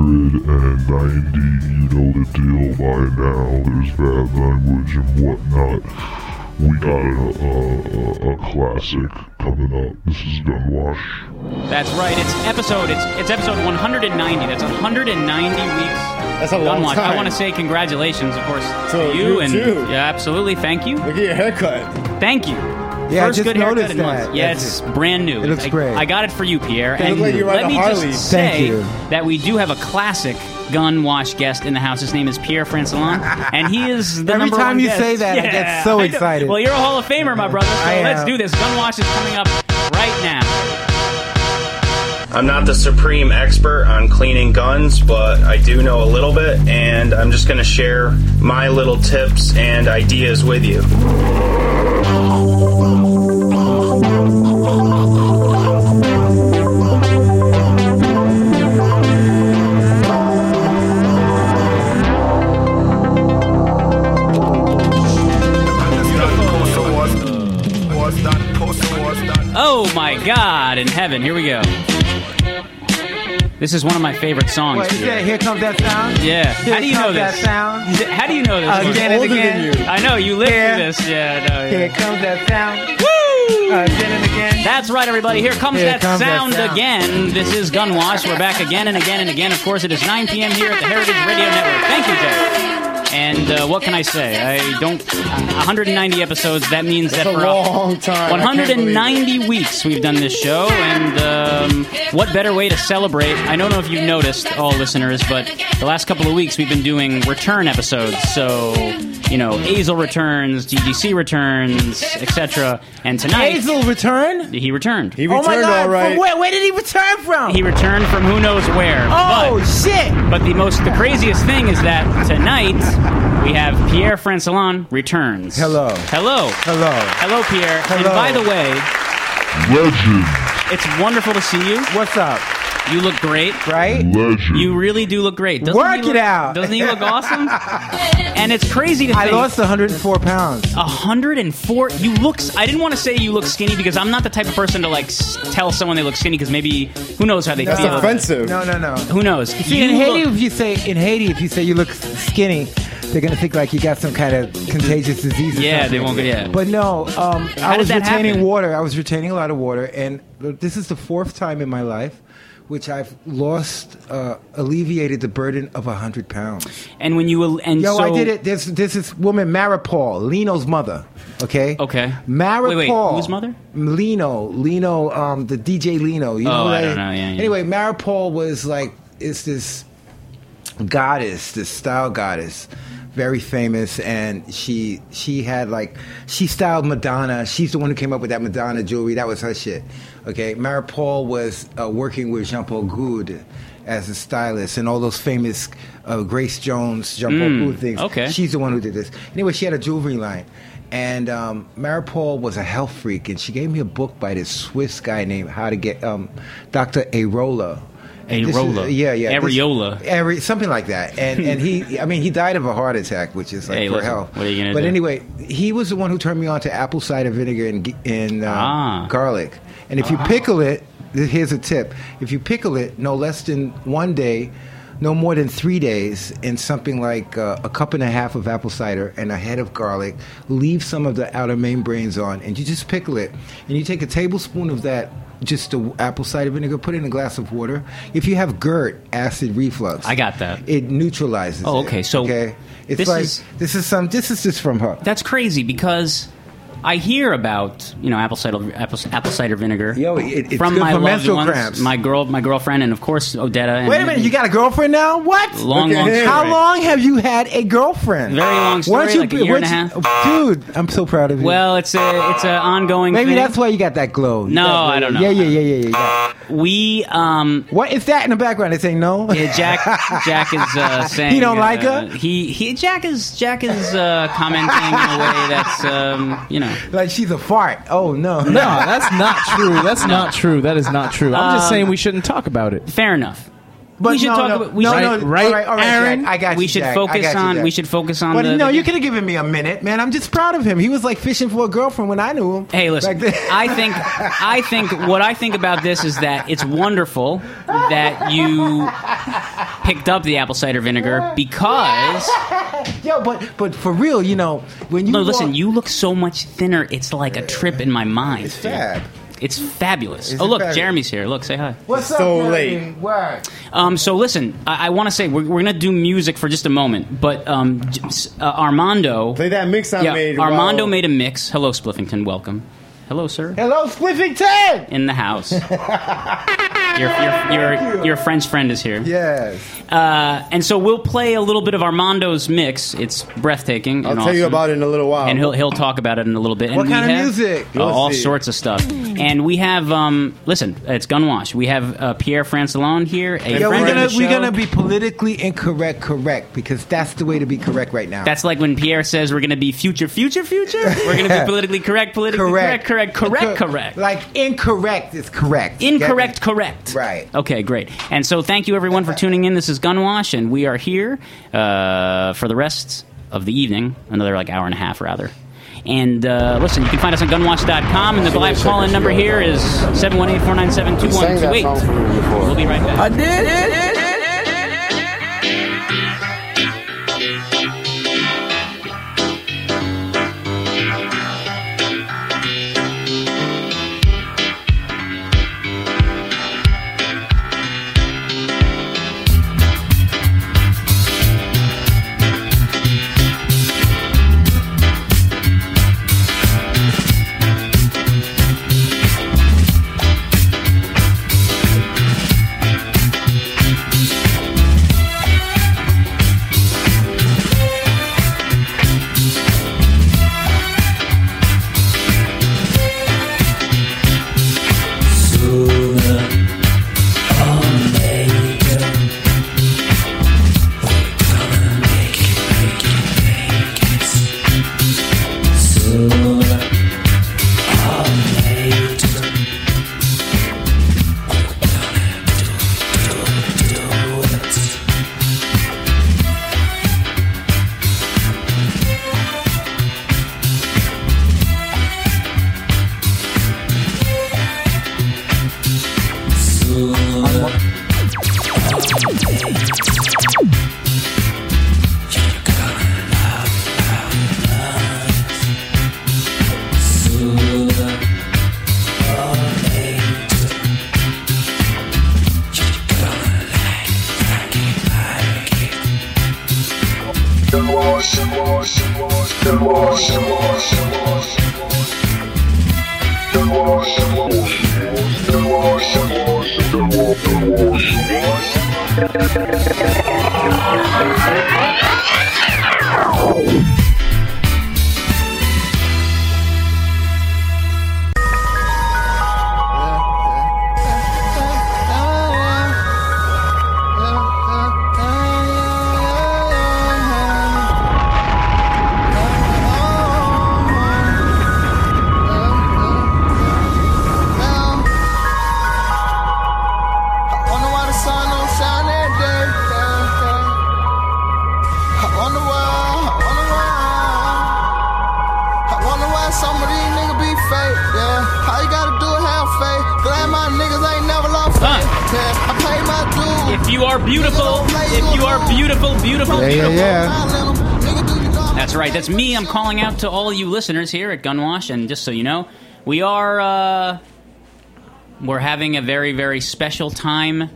190, you know the deal by now. There's bad language and whatnot. We got a, a, a, a classic coming up. This is Gunwash. That's right. It's episode. It's it's episode 190. That's 190 weeks. That's a long Gunwatch. time. I want to say congratulations, of course, So to you, you and too. yeah, absolutely. Thank you, Look at your haircut. thank you. Yeah, I First just good haircut noticed in months. that. Yeah, That's it's brand new. It looks I, great. I got it for you, Pierre. Thank and you. Like you ride let a me Harley. just Thank say you. that we do have a classic gun wash guest in the house. His name is Pierre Francelon, and he is the Every number time one you guest. say that, I get Yeah, so know. excited. Well, you're a Hall of Famer, my brother. So I let's am. do this. Gun wash is coming up right now. I'm not the supreme expert on cleaning guns, but I do know a little bit, and I'm just going to share my little tips and ideas with you. Oh my God! In heaven, here we go. This is one of my favorite songs. Wait, Pierre. yeah, here comes that sound. Yeah. Here How do you know comes that this? sound. How do you know Oh, this? one? Again and older than Uh, again. you. I know you live Yeah. through this. Yeah, no, yeah. Here comes that sound. Woo! Again and again. That's right, everybody. Here comes, Here that, comes that sound sound. again. This is Gunwash. We're back again and again and again. Of course, it is 9 p.m. here at the Heritage Radio Network. Thank you, Jay. And uh, what can I say? I don't. 190 episodes. That means that That's a for all- long time. I can't believe it. 190 weeks we've done this show, and um, what better way to celebrate? I don't know if you've noticed, all listeners, but the last couple of weeks we've been doing return episodes. So, you know, Azel returns, GDC returns, etc. And tonight Hazel return. he returned. He He, returned oh my God! all right. From where? Where did he return from? returned from who knows where. oh but, shit! but the most, the craziest thing is that tonight we have Pierre Francelon returns. Hello. Hello. Hello. Hello, Pierre. And Hello. by the way, Legend. It's wonderful to see you. What's up? You look great. Right? Legend. You really do look great. Doesn't Work he it look- out. Doesn't he look awesome? and it's crazy to I think. lost 104 pounds. 104. You look. s- I didn't want to say you look skinny because I'm not the type of person to like s- tell someone they look skinny because maybe who knows how they That's feel. offensive. No, no, no. Who knows? See, You in Haiti, look- if you say in Haiti, if you say you look s- skinny, they're gonna think like you got some kind of contagious disease. Or Yeah, something. they won't get- yeah. But no, um, How I did was that retaining happen? water. I was retaining a lot of water, and this is the fourth time in my life. Which I've lost, uh, alleviated the burden of a hundred pounds. and when you will- and Yo, so, I did it. There's, there's this woman, Mara Paul, Lino's mother. Okay. Okay. Mara Wait, wait, Paul. whose mother? Lino, Lino, um, the DJ Lino. You Oh, know, I like- don't know, yeah, yeah. Anyway, Mara Paul was like, it's this goddess, this style goddess, very famous, and she she had like she styled Madonna. She's the one who came up with that Madonna jewelry. That was her shit. Okay, Mara Paul was uh, working with Jean Paul Goud as a stylist, and all those famous uh, Grace Jones, Jean Paul Goud things. Mm, okay. she's the one who did this. Anyway, she had a jewelry line. And um, Mara Paul was a health freak, and she gave me a book by this Swiss guy named How to Get um, Dr. Arola. And this is- Areola. yeah, yeah. this- Areola. Are- something like that. And and he, I mean, he died of a heart attack, which is like Hey, for listen, hell. what are you gonna but do? anyway, he was the one who turned me on to apple cider vinegar and g- and um, Ah. garlic. And if you pickle it, th- here's a tip: if you pickle it no less than one day. No more than three days in something like uh, a cup and a half of apple cider and a head of garlic. Leave some of the outer membranes on, and you just pickle it. And you take a tablespoon of that, just the apple cider vinegar. Put it in a glass of water. If you have GERD, acid reflux, I got that. it neutralizes. Oh, it, okay, so okay, it's this like is- this is some. This is just from her. That's crazy because I hear about you know apple cider apple, apple cider vinegar Yo, it- it's from good my for loved menstrual ones, cramps. my girl, my girlfriend, and of course Odetta. And Wait a minute, you got a girlfriend now? What? Long, Look at long him. story. How long have you had a girlfriend? Very long story, Weren't you like a be- year and weren't a you- oh, Dude, I'm so proud of you. Well, it's a it's an ongoing. thing. maybe that's why you got that glow. You No, got I don't know. Yeah, yeah, yeah, yeah, yeah. yeah. we um. What is that in the background? They say no. yeah, Jack. Jack is uh, saying He don't uh, like her? He he. Jack is Jack is uh, commenting in a way that's um, you know. like she's a fart. Oh no. No, that's not true. That's not true. That is not true. I'm just saying we shouldn't talk about it. Um, Fair enough. But we should no, talk no, about we no, should, no, all right, all right, Jack, Aaron. I got we you, should Jack, I focus got you, on. Jack. We should focus on. But the, no, the- you could have given me a minute, man. I'm just proud of him. He was like fishing for a girlfriend when I knew him. Hey, listen. Back then. I think I think what I think about this is that it's wonderful that you picked up the apple cider vinegar because Yo, but but for real, you know, when you no, listen, walk- you look so much thinner. It's like a trip in my mind. It's dude. fab. It's fabulous. Is oh it look, fab? Jeremy's here. Look, say hi. What's up, so Jeremy? late. Word. Um, so listen, I, I want to say we're, we're gonna do music for just a moment, but um, j- s- uh, Armando, Play that mix I yeah, made. Armando while- made a mix. Hello, Spliffington. Welcome. Hello, sir. Hello, Spliffington. In the house. your, your, your, your French friend is here. Yes. Uh, and so we'll play a little bit of Armando's mix. It's breathtaking. and I'll tell you awesome. about it in a little while. And he'll he'll talk about it in a little bit. And What we kind of have, music? uh, all You'll see. sorts of stuff. And we have um, listen, it's Gunwash. We have uh, Pierre Francelon here. A Yeah, friend we're of gonna the we're show. gonna be politically incorrect, correct, because that's the way to be correct right now. That's like when Pierre says we're going to be future, future, future. We're going to be politically correct, politically correct, correct, correct, Co- correct. Like incorrect is correct. Incorrect, Get me? correct. Right. Okay, great. And so thank you everyone for tuning in. This is Gunwash, and we are here uh, for the rest of the evening, another like hour and a half rather. And uh, listen, you can find us on gunwash.com, and the live call in number here is 718 497 2128. We'll be right back. Wonder why the sun don't shine every day. Yeah, yeah. I wonder why, I wonder why. I wonder why some of these niggas be fake. Yeah, how you gotta do it half fake? Glad my niggas ain't never lost faith. Huh. Yeah, I pay my dues. If you are beautiful, if you are beautiful, beautiful, beautiful. I let 'em- nigga, do you know I'm That's right. That's me. I'm calling out to all you listeners here at Gunwash, and just so you know, we are uh, we're having a very very special time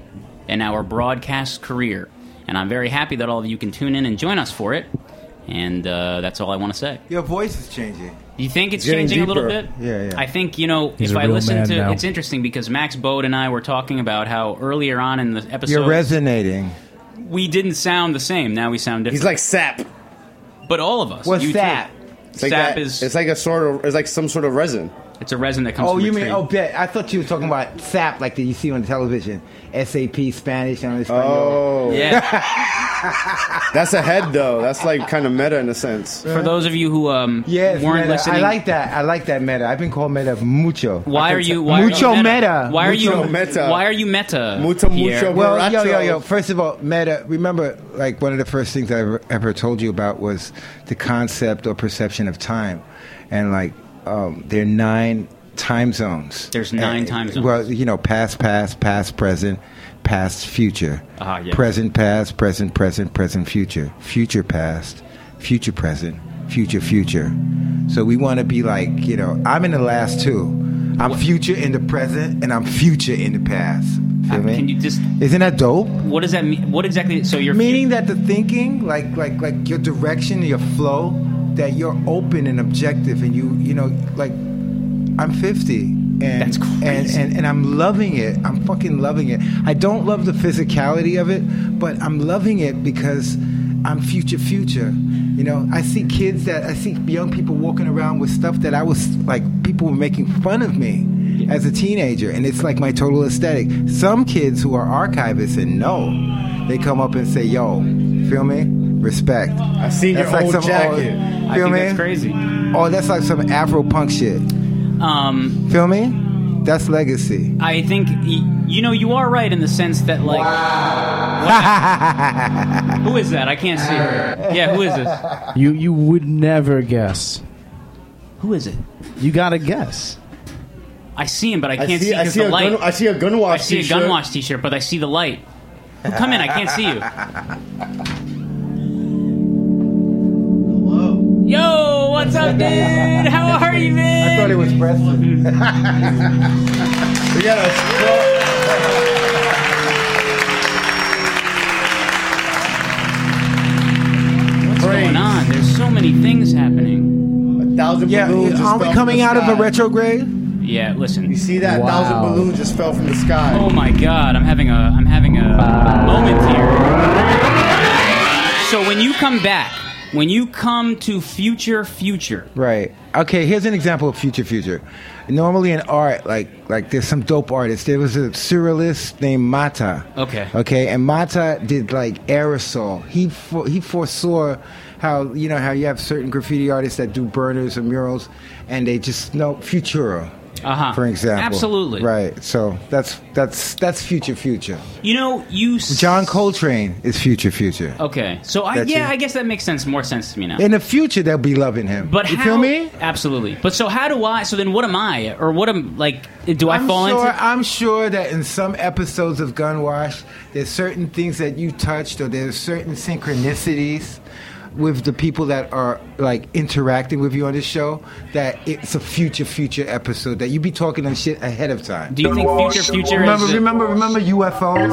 in our broadcast career, and I'm very happy that all of you can tune in and join us for it. And uh, that's all I want to say. Your voice is changing. You think it's Getting changing a little deeper. bit? Yeah, yeah. I think you know He's if a I real listen man to now. it's interesting because Max Bode and I were talking about how earlier on in the You're episode resonating. we didn't sound the same. Now we sound different. He's like sap. but all of us. What's you that? Too. It's like Sap that- is It's like a sort of. It's like some sort of resin. It's a resin that comes. Oh, from a you mean tree. oh bet? I thought you were talking about SAP, like that you see on television. SAP Spanish and Espanol. Oh, Yeah. that's ahead though. That's like kind of meta in a sense. For those of you who um Yes, weren't meta. listening, I like that. I like that meta. I've been called meta mucho. Why are you why Mucho are you meta. Why are you Mucho meta. Why are you meta? Mucho, Pierre? mucho. Well, yo, Borracho. yo, yo. First of all, meta. Remember, like one of the first things I ever, ever told you about was the concept or perception of time, and like um, there are nine time zones. Eh, There's nine And- time zones. Well, you know, past, past, past, present, past, future. Ah, yeah. Present, past, present, present, present, future. Future, past, future, present, future, future. So we want to be like, you know, I'm in the last two. I'm future in the present, and I'm future in the past. Feel Uh, me? can you just- Isn't that dope? What does that mean? What exactly? So you're Meaning that the thinking, like like like your direction, your flow, that you're open and objective, and you you know like I'm 50 and That's crazy. and, and and I'm loving it. I'm fucking loving it. I don't love the physicality of it, but I'm loving it because I'm future future. You know, I see kids that I see young people walking around with stuff that I was like people were making fun of me as a teenager and it's like my total aesthetic. Some kids who are archivists and know, they come up and say, "Yo, feel me? Respect." I seen your old jacket. Old, I feel think me? that's crazy. Oh, that's like some Afro punk shit. Um, Feel me? That's legacy. I think y- you know you are right in the sense that like. What- who is that? I can't see. Yeah, who is this? You you would never guess. Who is it? You gotta guess. I see him, but I I can't see see, I because see the a light. gun. I see a gun I wash. see a t-shirt. gun wash T-shirt, but I see the light. Who come in? I can't see you. Whoa. Yo, what's up, dude? How are you, man? I thought it was Preston. We got a straw- What's Praise. going on? There's so many things happening. a thousand Yeah, balloons. just are fell we from coming the out of a sky. retrograde? Yeah, listen. You see that? A thousand Wow. balloons just fell from the sky. Oh my God, I'm having a I'm having a moment here. So when you come back, when you come to future future, Right. Okay, here's an example of future future. Normally in art, like like there's some dope artists. There was a surrealist named Mata. Okay. Okay, and Mata did like aerosol. He for, he foresaw how you know how you have certain graffiti artists that do burners or murals, and they just know Futura, Uh-huh. for example. Absolutely. Right. So that's that's that's future future. you know you s- John Coltrane is future future. Okay, so I That's yeah, it. I guess that makes sense more sense to me now. In the future, they'll be loving him. but you how, feel me? Absolutely. But so how do I? So then, what am I? Or what am like? Do I I'm fall sure, into? I'm sure that in some episodes of Gunwash, there's certain things that you touched, or there's certain synchronicities with the people that are like interacting with you on the show. That it's a future, future episode that you be talking and shit ahead of time. Do you think future future? Remember, is, remember, remember UFOs.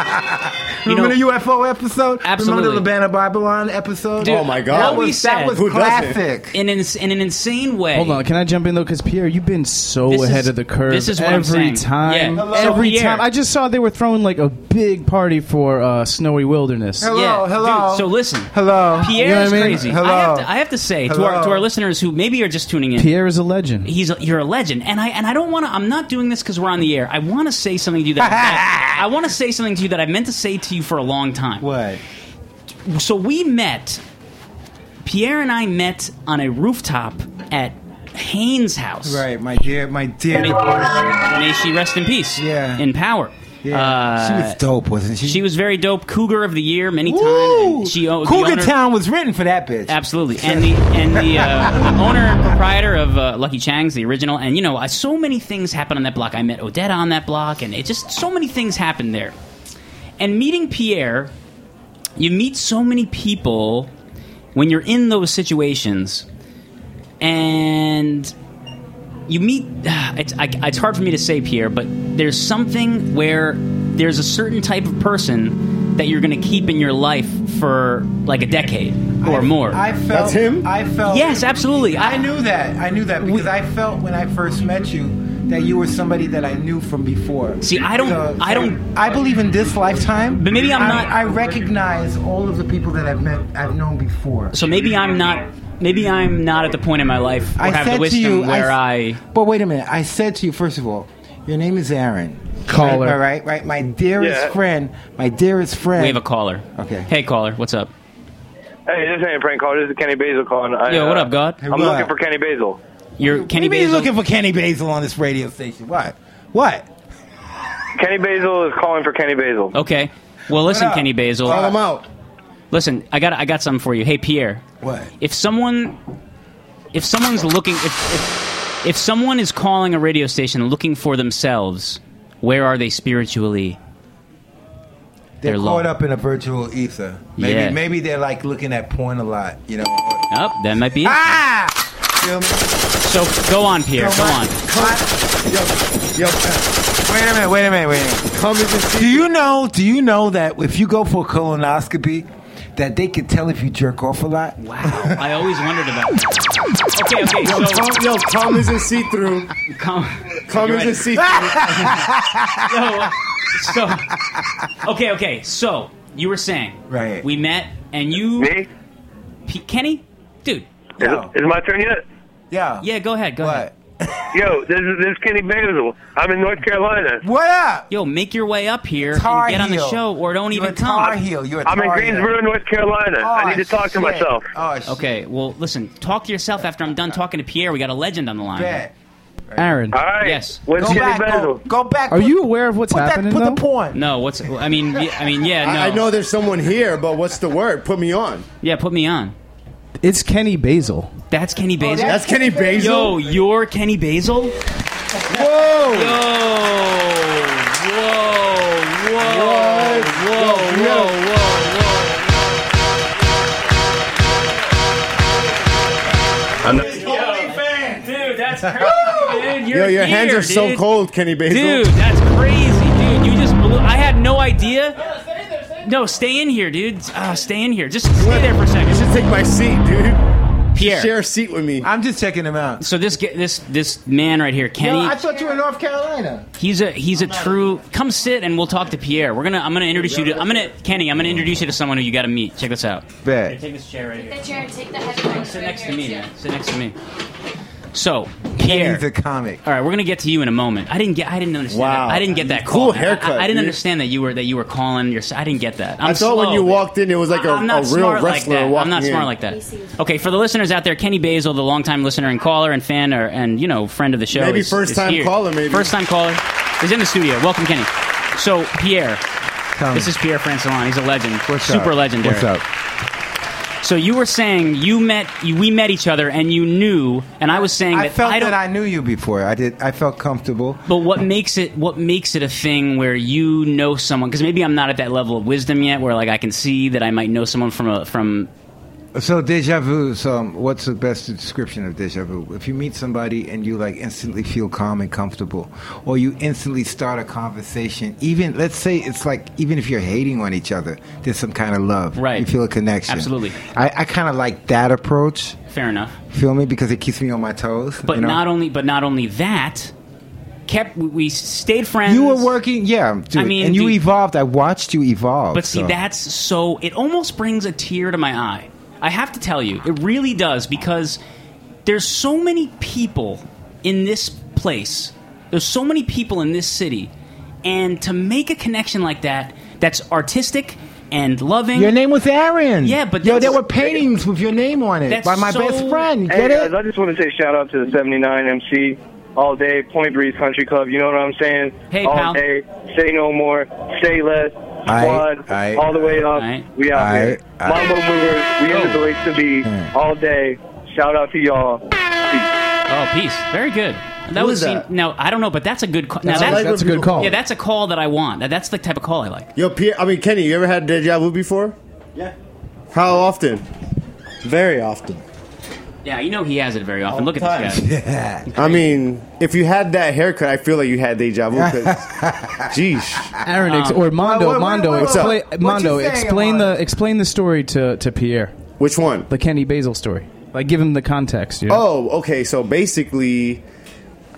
You know, remember the UFO episode. Absolutely. Remember the Labana Babylon episode. Dude, Oh my God. that what we was that said- was Who doesn't? classic. in, ins- in an insane way. Hold on, can I jump in though? Because Pierre, you've been so This is- ahead of the curve. this is what I'm every saying. time. Yeah. Hello. Every So, Pierre. time. I just saw they were throwing like a big party for uh, Snowy Wilderness. Hello, Yeah, hello. dude, so listen. Hello. Pierre You know is what I mean? crazy. Hello. I have to, I have to say to our, Hello. to our listeners who maybe are just tuning in, Pierre is a legend. he's a, you're a legend, and I and I don't want to. I'm not doing this because we're on the air. I want to say something to you that I, I want to say something to you that I meant to say to you for a long time. What? So we met. Pierre and I met on a rooftop at Haynes' house. Right, my dear, my dear. May, may she rest in peace. Yeah. In power. Yeah. Uh, she was dope, wasn't she? She was very dope. Cougar of the year many times. Woo! She o- the Cougar owner- Town was written for that bitch. Absolutely, and the and the, uh, the owner and proprietor of uh, Lucky Chang's, the original, and you know, I, so many things happened on that block. I met Odetta on that block, and it just so many things happened there. And meeting Pierre, you meet so many people when you're in those situations, and you meet. It's, I, it's hard for me to say, Pierre, but there's something where there's a certain type of person that you're going to keep in your life for like a decade or more. I felt That's him? I felt Yes, absolutely. I knew that. I knew that because I felt when I first met you that you were somebody that I knew from before. See, I don't- I don't- I believe in this lifetime. But maybe I'm I- not- I recognize all of the people that I've met, I've known before. So maybe I'm not maybe I'm not at the point in my life or I have said the wisdom to you, where I, s- But wait a minute. I said to you first of all, your name is Aaron. Caller. Right, right, right. My dearest Yeah. friend. My dearest friend. we have a caller. Okay. Hey, caller, what's up? Hey, this ain't a prank call. This is Kenny Basil calling. I, uh, Yo, what up, God? I'm What looking up? for Kenny Basil. You're Kenny Maybe you're Basil. looking for Kenny Basil on this radio station. What? What? Kenny Basil is calling for Kenny Basil. okay. Well, listen, up? Kenny Basil. Call him out. Listen, I got I got something for you. Hey, Pierre. What? If someone, if someone's looking, if, if if someone is calling a radio station looking for themselves, where are they spiritually? They're, They're low. caught up in a virtual ether. Maybe Yeah. maybe they're like looking at porn a lot, you know. Up, that might be. It. Ah! Feel me? So go on, Pierre. Go on. Yo, Wait a minute, wait a minute, wait a minute. come and just Do see. you know? Do you know that if you go for a colonoscopy, that they can tell if you jerk off a lot? Wow, I always wondered about. That. Okay, okay. Yo, So Tom, yo, Tom isn't see through. come, Tom You're right. isn't see through. so, so okay, okay. So you were saying Right. We met, and you, Me? Is, P- Kenny, dude. Yo. is my turn yet? Yeah. Yeah, go ahead. Go ahead. What? Yo, this is, this is Kenny Basil. I'm in North Carolina. What up? Yo, make your way up here Tar and get on the heel. show, or don't You're even a Tar come. heel. You're a I'm in tar heel. Greensboro, North Carolina. I need to Oh, talk to shit. myself. Oh, shit. Okay, well, listen. Talk to yourself after I'm done talking to Pierre. We got a legend on the line. Bet. Aaron, All right. Yes. Where's Go Kenny back. Go, Basil? go back. are Put- you aware of what's Put that. happening Put the though? porn. No, what's? I mean, yeah, I mean, yeah, no. I, I know there's someone here, but what's the word? Put me on. Yeah, put me on. It's Kenny Basil. That's Oh, Kenny Basil. That's Kenny Basil. Yo, you're Kenny Basil? Whoa! Yo! Whoa! Whoa! Whoa! Whoa! Whoa! Whoa! I'm not, Dude, that's crazy, dude. You're Yo, your here, hands are so dude. cold, Kenny Basil. Dude, that's crazy, dude. You just blew. I had no idea. No, stay in here, dude. Uh, stay in here. Just stay there for a You second. should take my seat, dude. Share Pierre. a seat with me. I'm just checking him out. So this ge- this this man right here, Kenny. thought you were in North Carolina. He's a he's a true. Come sit and we'll talk to Pierre. We're gonna I'm gonna introduce you to I'm gonna Kenny. I'm gonna introduce you to someone who you got to meet. Check this out. Here, Bet. take this chair right here. That chair and take the headphones. Sit from next to your me, chair. man. Sit next to me. So Pierre. He's a comic. all right, we're gonna get to you in a moment. I didn't get. I didn't understand. Wow. That. I didn't get that Cool call. man. I- haircut, I, I didn't dude. understand that you were that you were calling. Your, I didn't get that. I'm I thought when slow. you walked in, it was like a, I'm a not real smart like wrestler that. walking I'm not smart in. like that. see. Okay, for the listeners out there, Kenny Basil, the longtime listener and caller and fan, or, and you know, friend of the show, Maybe is- first is time here. caller, maybe. first time caller, is in the studio. Welcome, Kenny. So Pierre, this is Pierre Francelon. He's a legend, What's up? super legendary. What's up? So you were saying you met, you, we met each other, and you knew, and I was saying I that felt I don't. that I knew you before. I did. I felt comfortable. but what makes it what makes it a thing where you know someone? Because maybe I'm not at that level of wisdom yet, where like I can see that I might know someone from a from So deja vu. So um, what's the best description of deja vu? If you meet somebody and you like instantly feel calm and comfortable, or you instantly start a conversation. Even let's say it's like even if you're hating on each other, there's some kind of love. Right. You feel a connection. Absolutely. I, I kind of like that approach. fair enough. Feel me because it keeps me on my toes. But you know? not only, but not only that, kept we- we stayed friends. You were working, yeah. Dude. I mean, and you dude- evolved. I watched you evolve. but see, so. that's so. It almost brings a tear to my eye. I have to tell you, it really does because there's so many people in this place. There's so many people in this city, and to make a connection like that, that's artistic and loving. Your name was Aaron. Yeah, but yo, that's- there were paintings with your name on it That's by my so- best friend. You Hey, Get guys, it? I just want to say shout out to the 79 MC all day, Point Breeze Country Club. You know what I'm saying? Hey, all pal. day, say no more, say less, Aight, squad, aight. all the way up. Aight. We out here. Aight, Hmm. aight. Mambo Movers, we in the place to be all day. Shout out to y'all. Oh, peace. Very good. That Who was is that? now. I don't know, but that's a good. Call. Now I that's, like That's a when good people- call. yeah, that's a call that I want. That's the type of call I like. Yo, Pierre. I mean, Kenny, you ever had deja vu before? Yeah. How often? Very often. Yeah, you know he has it very often. Look at the this time. guy. Yeah. I mean, if you had that haircut, I feel like you had deja vu. 'cause- Jeesh. Aaron ex- or Mondo, Um, wait, wait, Mondo, wait, wait. explain, What's up? Mondo, What you saying, explain Mondo? the explain the story to to Pierre, Which one? Oh, the Kenny Basil story. Like, give him the context. You know? Oh, okay. So basically,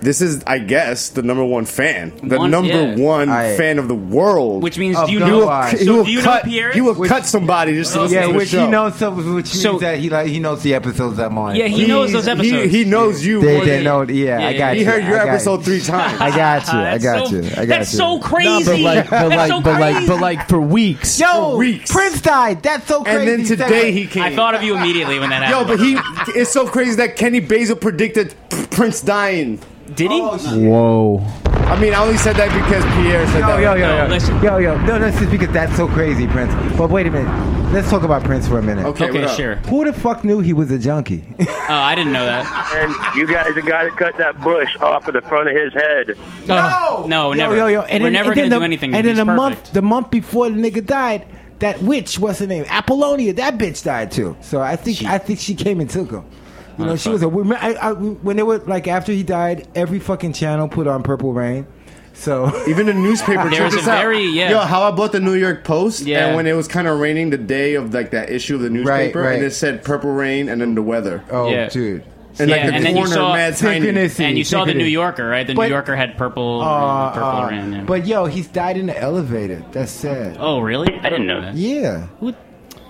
This is, I guess, the number one fan, the One- number yeah. one Aye. fan of the world. Which means Of do you Gun know? Wise. So you will do you know cut, Pierre? you will cut somebody just to listen yeah, to the which show. he knows something, which means So- that he like he knows the episodes I'm on. Yeah, he he, knows those episodes. He, he knows you. they, more they than- know. Yeah, Yeah, I got yeah, you. He heard your I got episode you. three times. I got you. I That's got so- you. I got That's you. so crazy. No, but like, but That's like, so but like, crazy. but like for weeks. Yo, For weeks. Prince died. That's so crazy. and then today he came. I thought of you immediately when that Yo, happened. but he it's so crazy that Kenny Basil predicted Prince dying. did he? Oh, Whoa. I mean, I only said that because Pierre said Yo, that. yo, yo, No, yo, listen. yo, yo. No, that's just because that's so crazy, Prince. But wait a minute. Let's talk about Prince for a minute. Okay, okay, what up? sure. Who the fuck knew he was a junkie? Oh, I didn't know that. And you guys have got to cut that bush off of the front of his head. No, no, never. Yo, yo, yo. We're then- never and gonna then the- do anything. And He's then a perfect. month, the month before the nigga died, that witch, what's her name, Apollonia, that bitch died too. So I think I think she came and took him. You know, she was a woman. I, I, when they were like after he died, every fucking channel put on Purple Rain. So Even the newspaper. There check was this a out. very- yeah. Yo, how about the New York Post? Yeah. And when it was kind of raining the day of like that issue of the newspaper, right. and it said purple rain and then the weather. oh, Yeah. dude, And Yeah, like the and then you corner, saw- mad tiny. Synchronicity. and you saw the synchronicity. New Yorker, right? The But- New Yorker had purple, Uh, purple uh, ran. Yeah. But yo, he's died in the elevator. That's sad. oh, really? I didn't know that. Yeah, Who-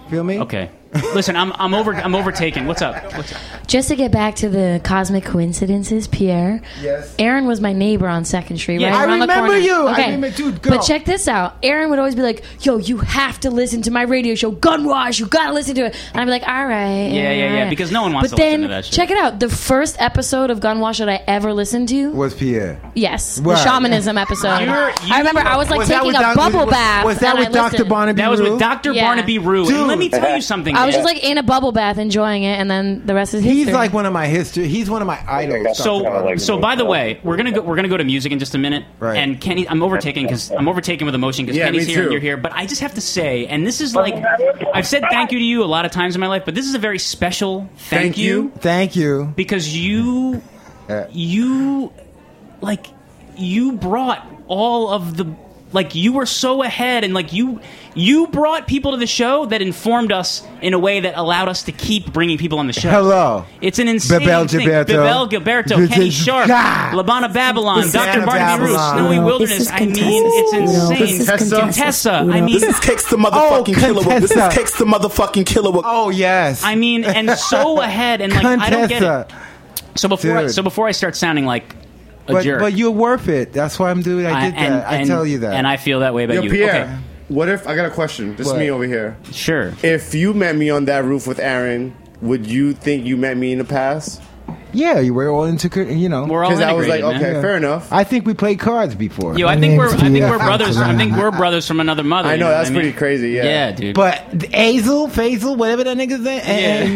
feel me? Okay. Listen, I'm I'm over I'm overtaken. What's up? What's up? Just to get back to the cosmic coincidences, Pierre. Yes. Aaron was my neighbor on Second Street. Yeah. right I around the remember corner. you. I Okay. remember- dude, girl. But check this out. Aaron would always be like, "Yo, you have to listen to my radio show, Gunwash. You gotta listen to it." And I'd be like, "All right." Yeah, yeah, yeah, all right." because no one wants but to then, listen to that shit. Check it out. The first episode of Gunwash that I ever listened to. Was Pierre? Yes, Right. the shamanism episode. You're- you- I remember I was like was that taking with a Doc- bubble was- bath. Was that and with I Doctor listened. Barnaby? That was Rue? with Dr. Yeah. Barnaby Rue. And let me tell you something. I was guys. just like in a bubble bath enjoying it, and then the rest is history. He's like one of my history. He's one of my idols. Kinda so like so the by the movie. way, we're gonna go we're gonna go to music in just a minute. Right. And Kenny, I'm overtaken because I'm overtaken with emotion because Yeah, Kenny's me here and too. you're here. But I just have to say, and this is like I've said thank you to you a lot of times in my life, but this is a very special thank, Thank you. Thank you. because you Uh, you like you brought all of the like you were so ahead and like you you brought people to the show that informed us in a way that allowed us to keep bringing people on the show. Hello. It's an insane Bebel thing. Gilberto. Bebel Gilberto, This Kenny is- Sharp, God. Labana Babylon, This is Dr. Anna Barnaby Roo, Babylon. Snowy This Wilderness. is I mean, Contessa. it's insane. This is Contessa. Contessa. I mean, This is Kicks the motherfucking Oh, killer. This is Contessa. Kicks the motherfucking killer. Oh yes. I mean, and so ahead and like I don't get Contessa. it. So before I, Dude. so before I start soundning like a But, jerk. but you're worth it. That's why I'm doing. I I- did that. I tell you that. And I feel that way about Yo, you. Pierre. What if I got a question? This is What? me over here. Okay, sure. If you met me on that roof with Aaron, would you think you met me in the past? yeah, you were all into. cur- You know. We're all Because I was like, integrated, man. okay, fair enough. I think we played cards before. Yo, I think we're I think we're brothers. I think we're brothers from another mother. I you know what that's mean? pretty crazy. Yeah. Yeah, dude. But Azel, Faisal, whatever that nigga's name, and,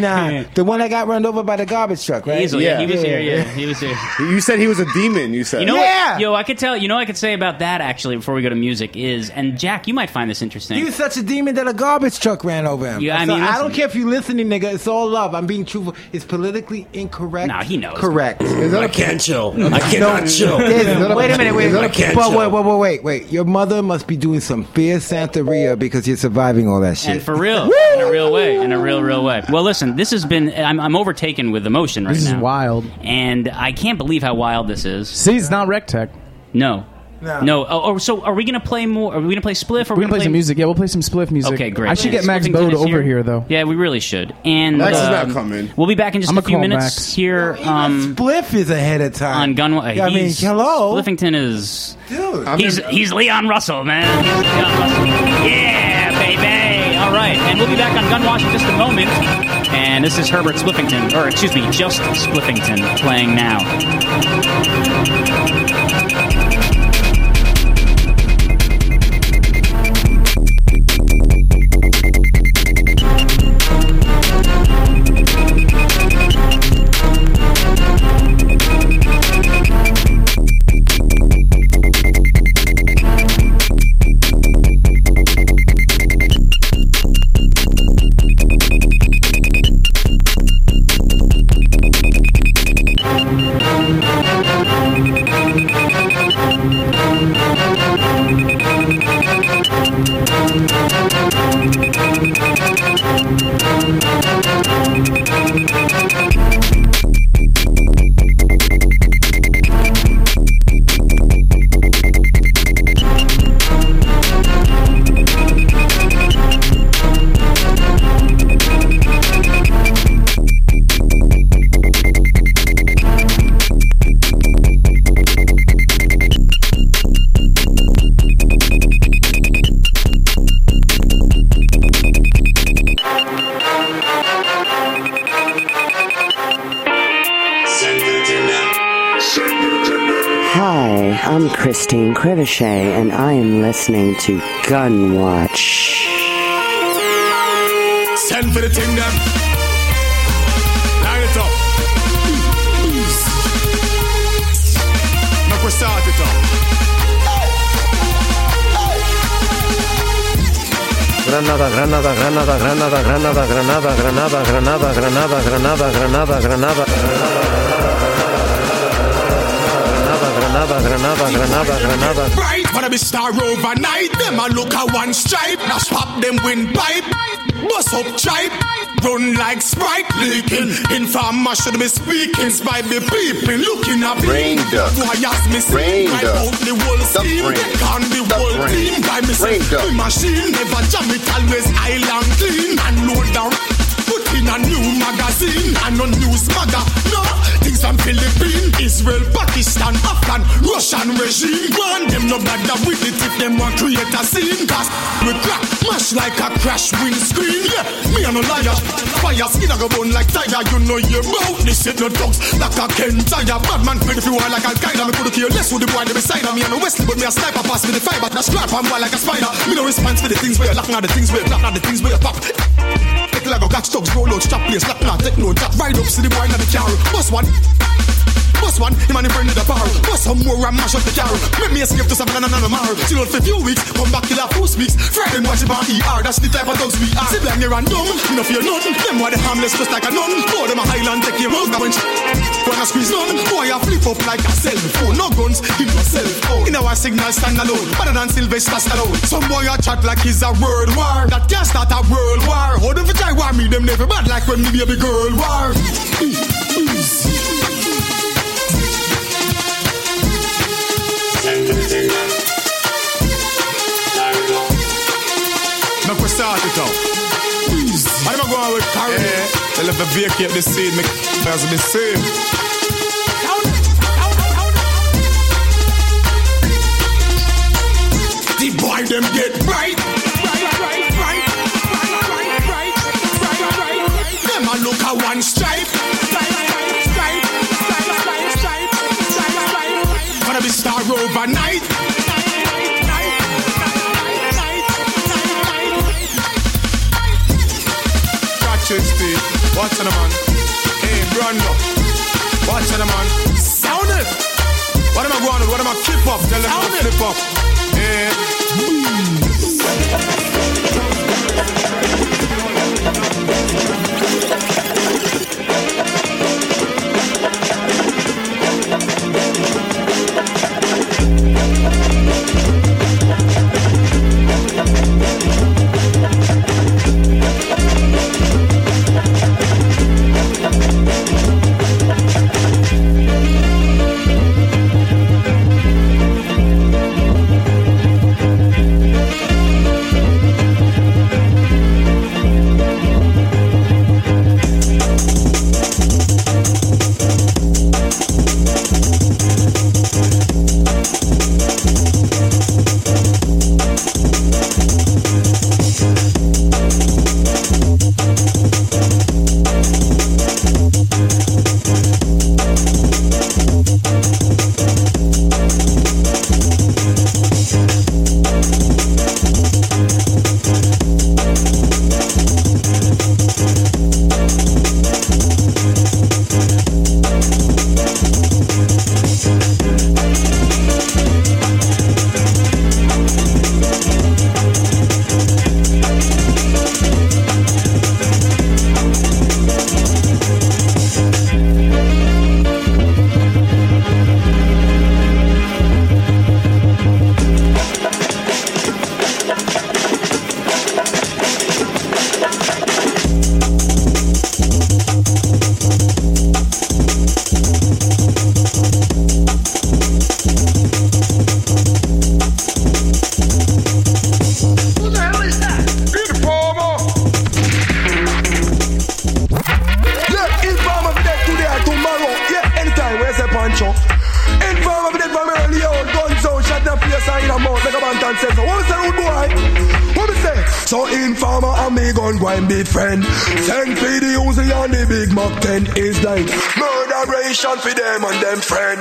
Yeah. and uh, the one that got run over by the garbage truck, right? Easily, yeah, Yeah. he was Yeah. here. Yeah, he was here. You said he was a demon. You said. You know Yeah. what? Yo, I could tell. You know, what I could say about that actually before we go to music is, and Jack, you might find this interesting. You such a demon that a garbage truck ran over him. Yeah, I So mean, I listen. don't care if you listening, nigga. It's all love. I'm being truthful. It's politically incorrect. Nah, he knows. Correct. I can't chill. I cannot chill. There's- wait a minute, wait a I minute. can't But wait, chill. wait, wait, wait, wait. Your mother must be doing some fierce Santeria because you're surviving all that shit. and for real, in a real way, in a real, real way. Well, listen, this has been. I'm, I'm overtaken with emotion right This is now. wild. and I can't believe how wild this is. See, it's not Rectech. No, No. no. Oh, oh, so are we gonna play more? Are we gonna play Spliff? Or We're gonna play some music. Yeah, we'll play some spliff music. Okay, great. I should get Spliffington Max Bode is over here though. Yeah, we really should. And Max is um, not coming. We'll be back in just I'ma a few call minutes Max. here um, Spliff is ahead of time. on Gunway. I mean, hello, Spliffington is dude. I'm he's in- he's Leon Russell, man. Leon Russell. Yeah, baby. All right, and we'll be back on Gunwash in just a moment. And this is Herbert Spliffington, or excuse me, just Spliffington playing now. Christine Crivachet, and I am listening to Gun Watch. Send for the thing then. Line it up. Make we start it up. Granada, Granada, Granada, Granada, Granada, Granada, Granada, Granada, Granada, Granada, Granada, Granada, Granada, Granada, Granada, Granada. Right, wanna be star overnight. Them a look at one stripe. Now swap them windpipe. Bust up tripe. Run like Sprite leaking. Informer should be speaking. Spy be peeping. Looking up. Rain duck. Why ask me Rain see? Wipe duck. out the whole scheme. rain. They can't be Duck whole rain. team. By me Rain say, duck. the machine never jam it. Always island clean. And load down. Put in a new magazine. And on news maga. No. Things from Philippines, Israel, Pakistan, Afghan, Russian regime. Man, them no bother with it if them want create a scene. Cause we crack, mash like a crash windscreen. Yeah, me and a liar. Fire skin a go burn like tire. You know you about this shit no dogs like a Kentire. Bad man fit if you are like Al Qaeda. Me could care less who the boy they beside me. And a Wesley, but me a sniper pass me the fiber. That's crap, I'm wild like a spider. Me no response for the things where locking out the things where black out the things where pop. Take like a catch dogs, roll out, chop place, lock not, take no chop. Ride up, see the boy in the car. Bust one. Bust one, him and him friend in the bar. Bust some more and mash up the car. Make me escape to some and another mar. Chill out for few weeks, come back till a few weeks. Friday watch him on ER, that's the type of dogs we are. Sibling here and dumb, no fear none. Them why they harmless just like a nun. Pour them a highland, take your mouth, when Wanna squeeze none, boy I flip up like a cell phone. No guns, him yourself. Oh, in our signal stand alone, better than Sylvester Stallone. Some boy I chat like he's a world war. That can start a world war. Hold them for try war me, them never bad like when me baby girl war. Make we start it out. I'm going go with Karen. Yeah. Tell if I vacate the seed, make as the same. The boy them get right. Them a look at one stripe. Gonna be star overnight. Catch it, Steve. Watch it, man. Hey, Brando. Watch it, man. Sound it. What am I going with? What am I keep up? Tell them to flip up. Hey. So informer and me gun go and be friend. Send for the Uzi and the Big Mac 10 is like murderation for them and them friend.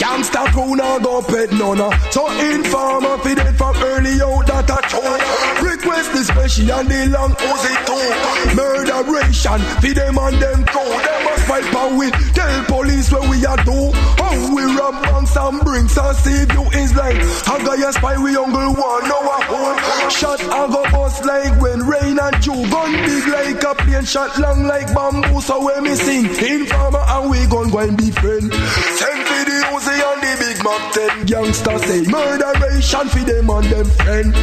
Gangsta crew now go pet none. So informer for them from early out that a true. Request the special and the long Uzi too. Murderation for them and them crew. Them a fight power we tell police what we are do. How we rob banks and brinks and save you is like a guy a spy we uncle one no a hole. Shot a go bust like when rain and dew. Gun big like a plane, shot long like bamboo. So when me sing, informer and we gon' go and be friend. Send for the Uzi and the Big Mac 10 gangsta say murderation for them and them friend.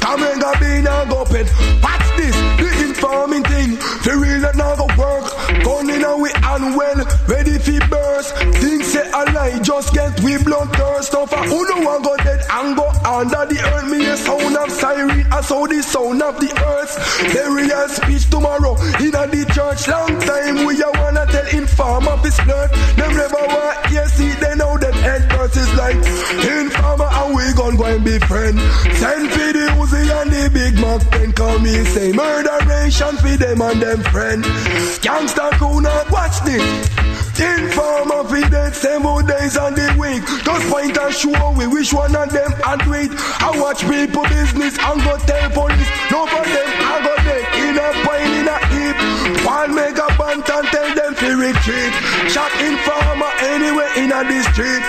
Come and go be now go pet. What's this? The informing thing. The real and now go work. Gun in and we unwell. Ready fi burst. Think say a lie, just get we blood thirst. Of a who no one go dead and go under the earth. Me a sound of siren, I saw the sound of the earth. Burial speech tomorrow in a the church. Long time we a wanna tell informer fi flirt. Them never want hear see they know them head hurt is like informer and we gon' go and be friend. Send fi the Uzi and the Big Mac pen call me say murderation fi them and them friend. Gangsta cool not watch this. Informer fi dead same old days and the week. Just point and show we wish one of them and wait. I watch people business and go tell police. No for them I go dead in a pine in a heap. One make a bunt and tell them fi retreat. Shot informer anywhere in a the street.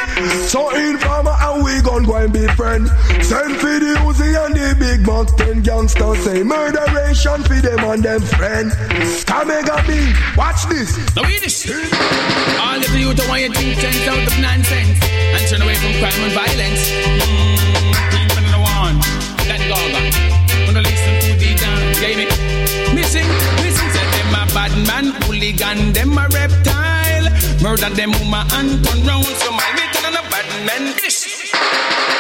So informer and we gon' go and be friend. Send fi the Uzi and the big box ten gangsters say murderation fi them and them friend. Come make a beat. Watch this. The way this All of you don't want your two cents out of nonsense And turn away from crime and violence Mm, keep on the one That gaga Wanna listen to the damn gaming Missing, missing Said them a bad man, hooligan Them a reptile Murder them woman and turn round So my little and a bad man This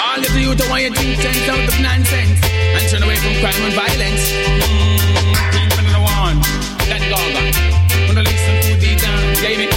All of you don't want your two cents out of nonsense And turn away from crime and violence Mm, keep on the one That gaga Wanna listen to the damn gaming.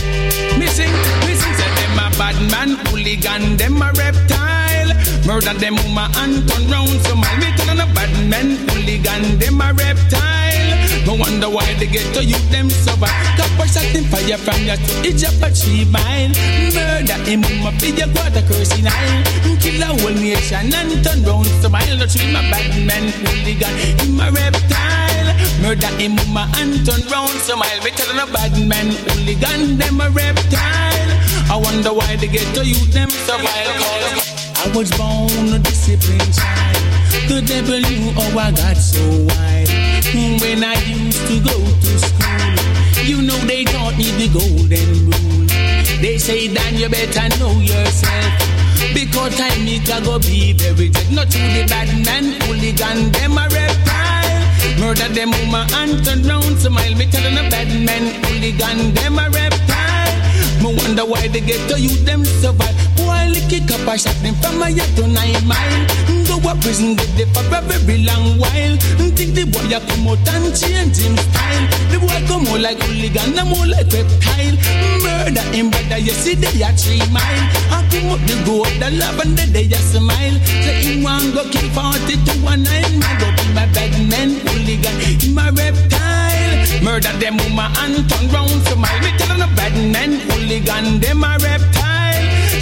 Missing, missing, said them a bad man, hooligan, them a reptile. Murder them woman and turn round, so my little and a bad man, hooligan, them a reptile. No wonder why they get to you, them sober. Copper shot in fire from your to Egypt, but she mine. Murder him, woman, be your quarter curse in eye. Kill a whole nation and turn round, so my little tree, my bad man, hooligan, him a reptile. Murder him, woman, and turn round, so my better than a bad man. Hooligan, them a reptile. I wonder why they get to you, them so vile. 'Cause I was born a disciplined child. The devil knew how I got so wide. When I used to go to school, you know they taught me the golden rule. They say, Dan, you better know yourself. Because time it a go be very dead. Not to the bad man, hooligan, them a reptile. Murder them woman and turn round smile. Me tellin' a bad man, hooligan, them a reptile. Me wonder why they get to you, them survive. Boy, lick it up, I shot them from a yacht to nine mile. Go a prison, get there for a very long while. Think the boy a come out and change him style. The boy come out like hooligan, I'm more like reptile. Murder him, brother, you see they a three mile. I come up the go up the love and then they a smile. Say him want go kill 42 and nine. Man go be my bad man, hooligan, him a reptile. Murder them woman and turn round smile. Me tell 'em a bad man, hooligan, them a reptile.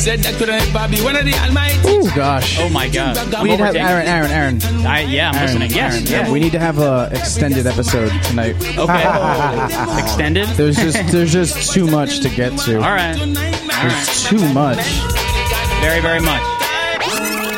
Said that could never be one of the almighty. Oh gosh. Oh my God. We need to have Overtaken. Aaron, Aaron, Aaron. I, yeah, I'm Aaron, listening. Yes, Aaron, yeah. We need to have a extended episode tonight. Okay. Extended? There's just there's just too much to get to. All right. There's too much. Very, very much.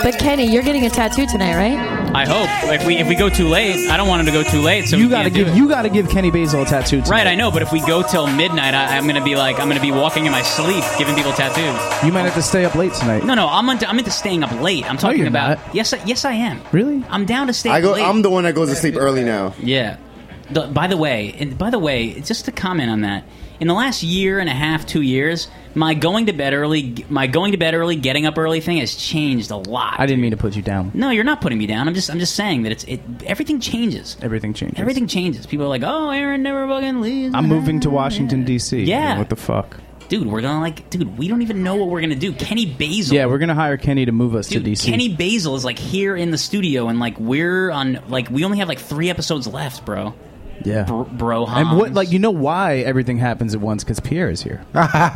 But Kenny, you're getting a tattoo tonight, right? I hope. If we if we go too late, I don't want him to go too late. So you we gotta can't do give it. you gotta give Kenny Basil a tattoo. Tonight. Right, I know, but if we go till midnight, I, I'm gonna be like, I'm gonna be walking in my sleep, giving people tattoos. You might have to stay up late tonight. No, no, I'm into, I'm into staying up late. I'm talking you're about. Yes, I, yes, I am. Really? I'm down to stay. I up go. late. I'm the one that goes to sleep early now. Yeah. The, by the way, and by the way, just to comment on that, in the last year and a half, two years, my going to bed early, my going to bed early, getting up early thing has changed a lot. I didn't mean to put you down. No, you're not putting me down. I'm just I'm just saying that it's it. Everything changes. Everything changes. Everything changes. People are like, oh, Aaron never fucking leaves. I'm moving to Washington D.C. Yeah. What the fuck? dude, we're gonna like, dude, we don't even know what we're gonna do. Kenny Basil, Yeah, we're gonna hire Kenny to move us dude, to DC. Kenny Basil is like here in the studio, and like we're on, like we only have like three episodes left, bro. yeah, bro, bro and what like you know why everything happens at once? Because Pierre is here.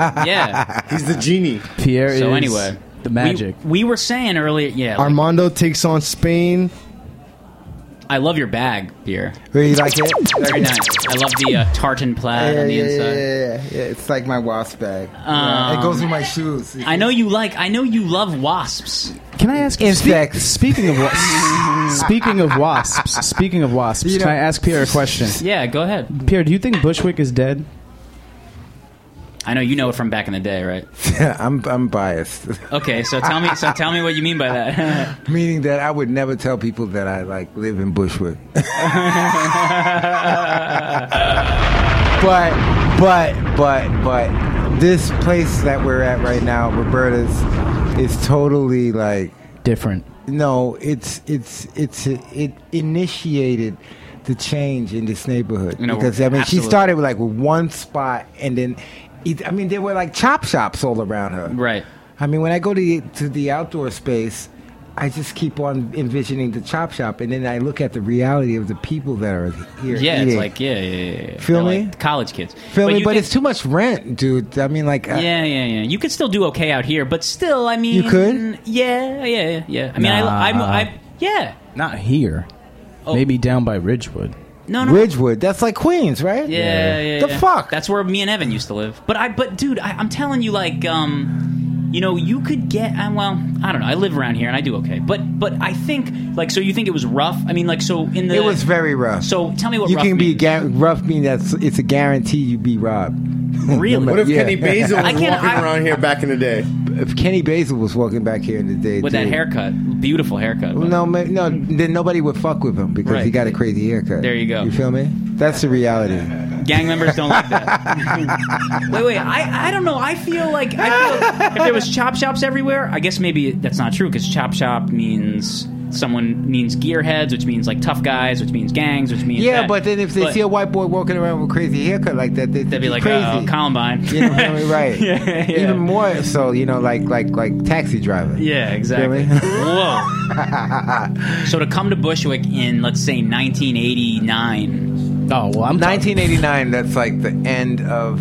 yeah, he's the genie. Pierre So is anyway, the magic. We, we were saying earlier, yeah, like, Armando takes on Spain. I love your bag, beer. Really like it? Very nice. I love the uh, tartan plaid on the yeah, inside. yeah, yeah, yeah. It's like my wasp bag. Um, it goes in my shoes. I know you like. I know you love wasps. Can I ask? Insects. speaking of wa- speaking of wasps, speaking of wasps, You know- can I ask Pierre a question? Yeah, go ahead. Pierre, do you think Bushwick is dead? I know you know it from back in the day, right? I'm I'm biased. Okay, so tell me. So tell me what you mean by that. Meaning that I would never tell people that I like live in Bushwick. but but but but this place that we're at right now, Roberta's, is totally like different. No, it's it's it's it initiated the change in this neighborhood You know, because I mean she absolutely. started with like with one spot and then it, I mean there were like chop shops all around her. Right. I mean when I go to the, to the outdoor space. I just keep on envisioning the chop shop, and then I look at the reality of the people that are here. yeah, it's eating. like yeah, yeah, yeah. yeah. Feel They're me? like college kids. Feel me? you But could- it's too much rent, dude. I mean, like, uh, yeah, yeah, yeah. You could still do okay out here, but still, I mean, could? Yeah, yeah, yeah, yeah. I mean, Nah. I, I'm, I, yeah. Not here. Maybe down by Ridgewood. Oh. No, no. Ridgewood. That's like Queens, right? Yeah, yeah. The yeah. fuck? That's where me and Evan used to live. But I, but dude, I, I'm telling you, like, um, you know, you could get. I, well, I don't know. I live around here and I do okay. But, but I think, like, so you think it was rough? I mean, like, so in the It was very rough. So tell me what you rough can be means. gar- rough. Mean that's it's a guarantee you be robbed. Really? No What if matter- Kenny yeah. Basil was walking around here back in the day? If Kenny Basil was walking back here in the day with that dude, haircut, beautiful haircut. by the No, ma- no, then nobody would fuck with him because he Right. got a crazy haircut. There you go. You feel me? That's the reality. Gang members don't like that. wait, wait. I, I don't know. I feel like I feel if there was chop shops everywhere, I guess maybe that's not true because chop shop means someone means gearheads, which means like tough guys, which means gangs, which means Yeah, that. but then if they But see a white boy walking around with a crazy haircut like that, they they'd be like crazy. oh, Columbine. you know what I mean? Right. yeah, yeah. Even more so, you know, like like like taxi driver. Yeah, exactly. Really? Whoa. so to come to Bushwick in let's say 1989. Oh well, I'm 1989. That's like the end of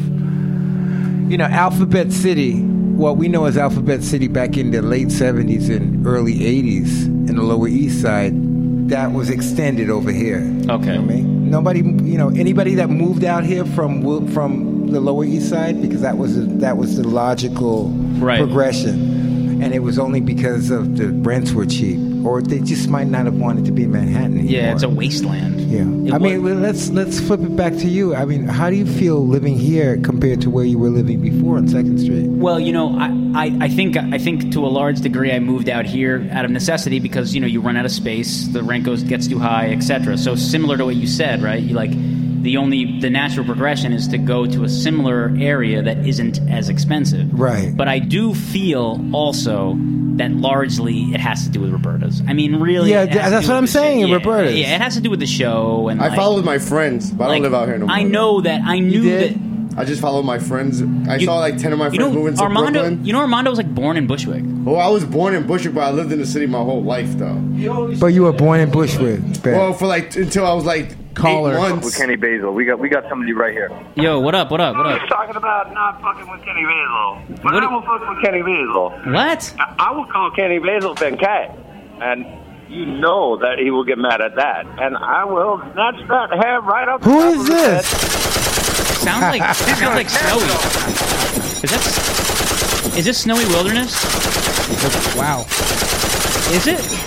you know Alphabet City. What we know as Alphabet City back in the late 70s and early 80s in the Lower East Side, that was extended over here. Okay. I mean, nobody, you know, anybody that moved out here from Wil- from the Lower East Side because that was that was the logical progression, and it was only because of the rents were cheap, or they just might not have wanted to be in Manhattan. Anymore. Yeah, it's a wasteland. Yeah. I mean, well, let's let's flip it back to you. I mean, how do you feel living here compared to where you were living before on Second Street? Well, you know, I, I, I think I think to a large degree I moved out here out of necessity because you know you run out of space, the rent goes gets too high, etc. So similar to what you said, right? You like the only the natural progression is to go to a similar area that isn't as expensive. Right. But I do feel also that largely it has to do with Roberta's. I mean, really, Yeah, it has tha- to that's do what with I'm the shi- saying, yeah, Roberta's. Yeah, it has to do with the show and I like- followed my friends, but I like, don't live out here no more. I know that. I knew that. I just followed my friends. I saw like ten of my friends You know, moving to Armando. Brooklyn. You know, Armando was like born in Bushwick. Well, I was born in Bushwick, but I lived in the city my whole life, though. But you were born in Bushwick. Ben. Well, for like until I was like Caller. eight With months. Kenny Basil, we got we got somebody right here. Yo, what up? What up? What up? talking about not fucking with Kenny Basil. But I will fuck with Kenny Basil. What? I, I will call Kenny Basil Ben Cat. And you know that he will get mad at that. And I will snatch that hair right up. Who is this? Sounds like sounds like snowy. Is that is this snowy wilderness? Wow. Is it?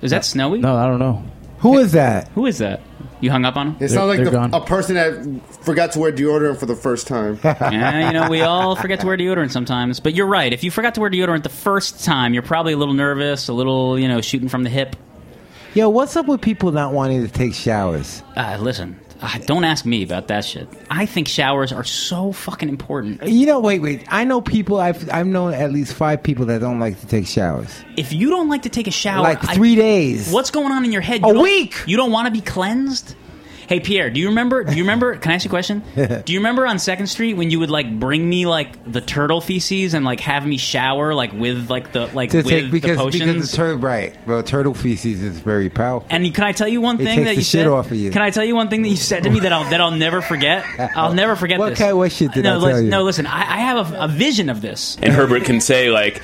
Is that snowy? No, I don't know. Who is that? Who is that? You hung up on him? It sounds like the, a person that forgot to wear deodorant for the first time. yeah, you know, we all forget to wear deodorant sometimes. But you're right. If you forgot to wear deodorant the first time, you're probably a little nervous, a little, you know, shooting from the hip. Yo, what's up with people not wanting to take showers? Uh, listen, uh, don't ask me about that shit. I think showers are so fucking important. You know, wait, wait. I know people. I've I've known at least five people that don't like to take showers. If you don't like to take a shower, Like I- three days. what's going on in your head? A don't- week! You don't want to be cleansed. Hey Pierre, do you remember? Do you remember? Can I ask you a question? Do you remember on Second Street when you would like bring me like the turtle feces and like have me shower like with like the like to with take the because potions? because the turtle right, well, turtle feces is very powerful. And can I tell you one It thing takes that the you shit said? off of you. Can I tell you one thing that you said to me that I'll that I'll never forget? I'll never forget What this. kind- what shit did no, I tell listen, you? No, listen. I, I have a, a vision of this. And Herbert can say like,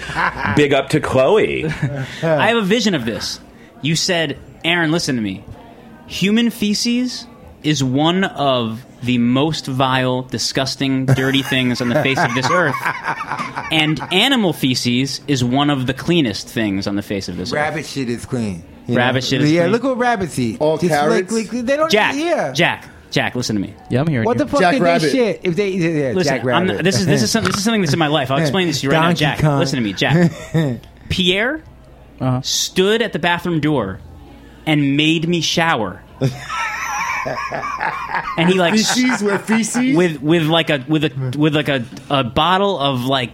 "Big up to Chloe." I have a vision of this. You said, Aaron, listen to me. Human feces is one of the most vile, disgusting, dirty things on the face of this earth. And animal feces is one of the cleanest things on the face of this Rabbit shit is clean. earth. Rabbit shit is Yeah, clean. look what rabbits eat. All carrots? they don't. Jack, Yeah. Jack, Jack, listen to me. Yeah, I'm hearing What the fuck Jack is Rabbit. this shit? If they, yeah, yeah, Listen, Jack I'm Rabbit. not- this is this is some, this is something that's in my life. I'll explain this to you right now, Donkey Jack. Kong. Listen to me, Jack. Pierre stood at the bathroom door and made me shower. and he like Feces with feces? with with like a with a with like a, a bottle of like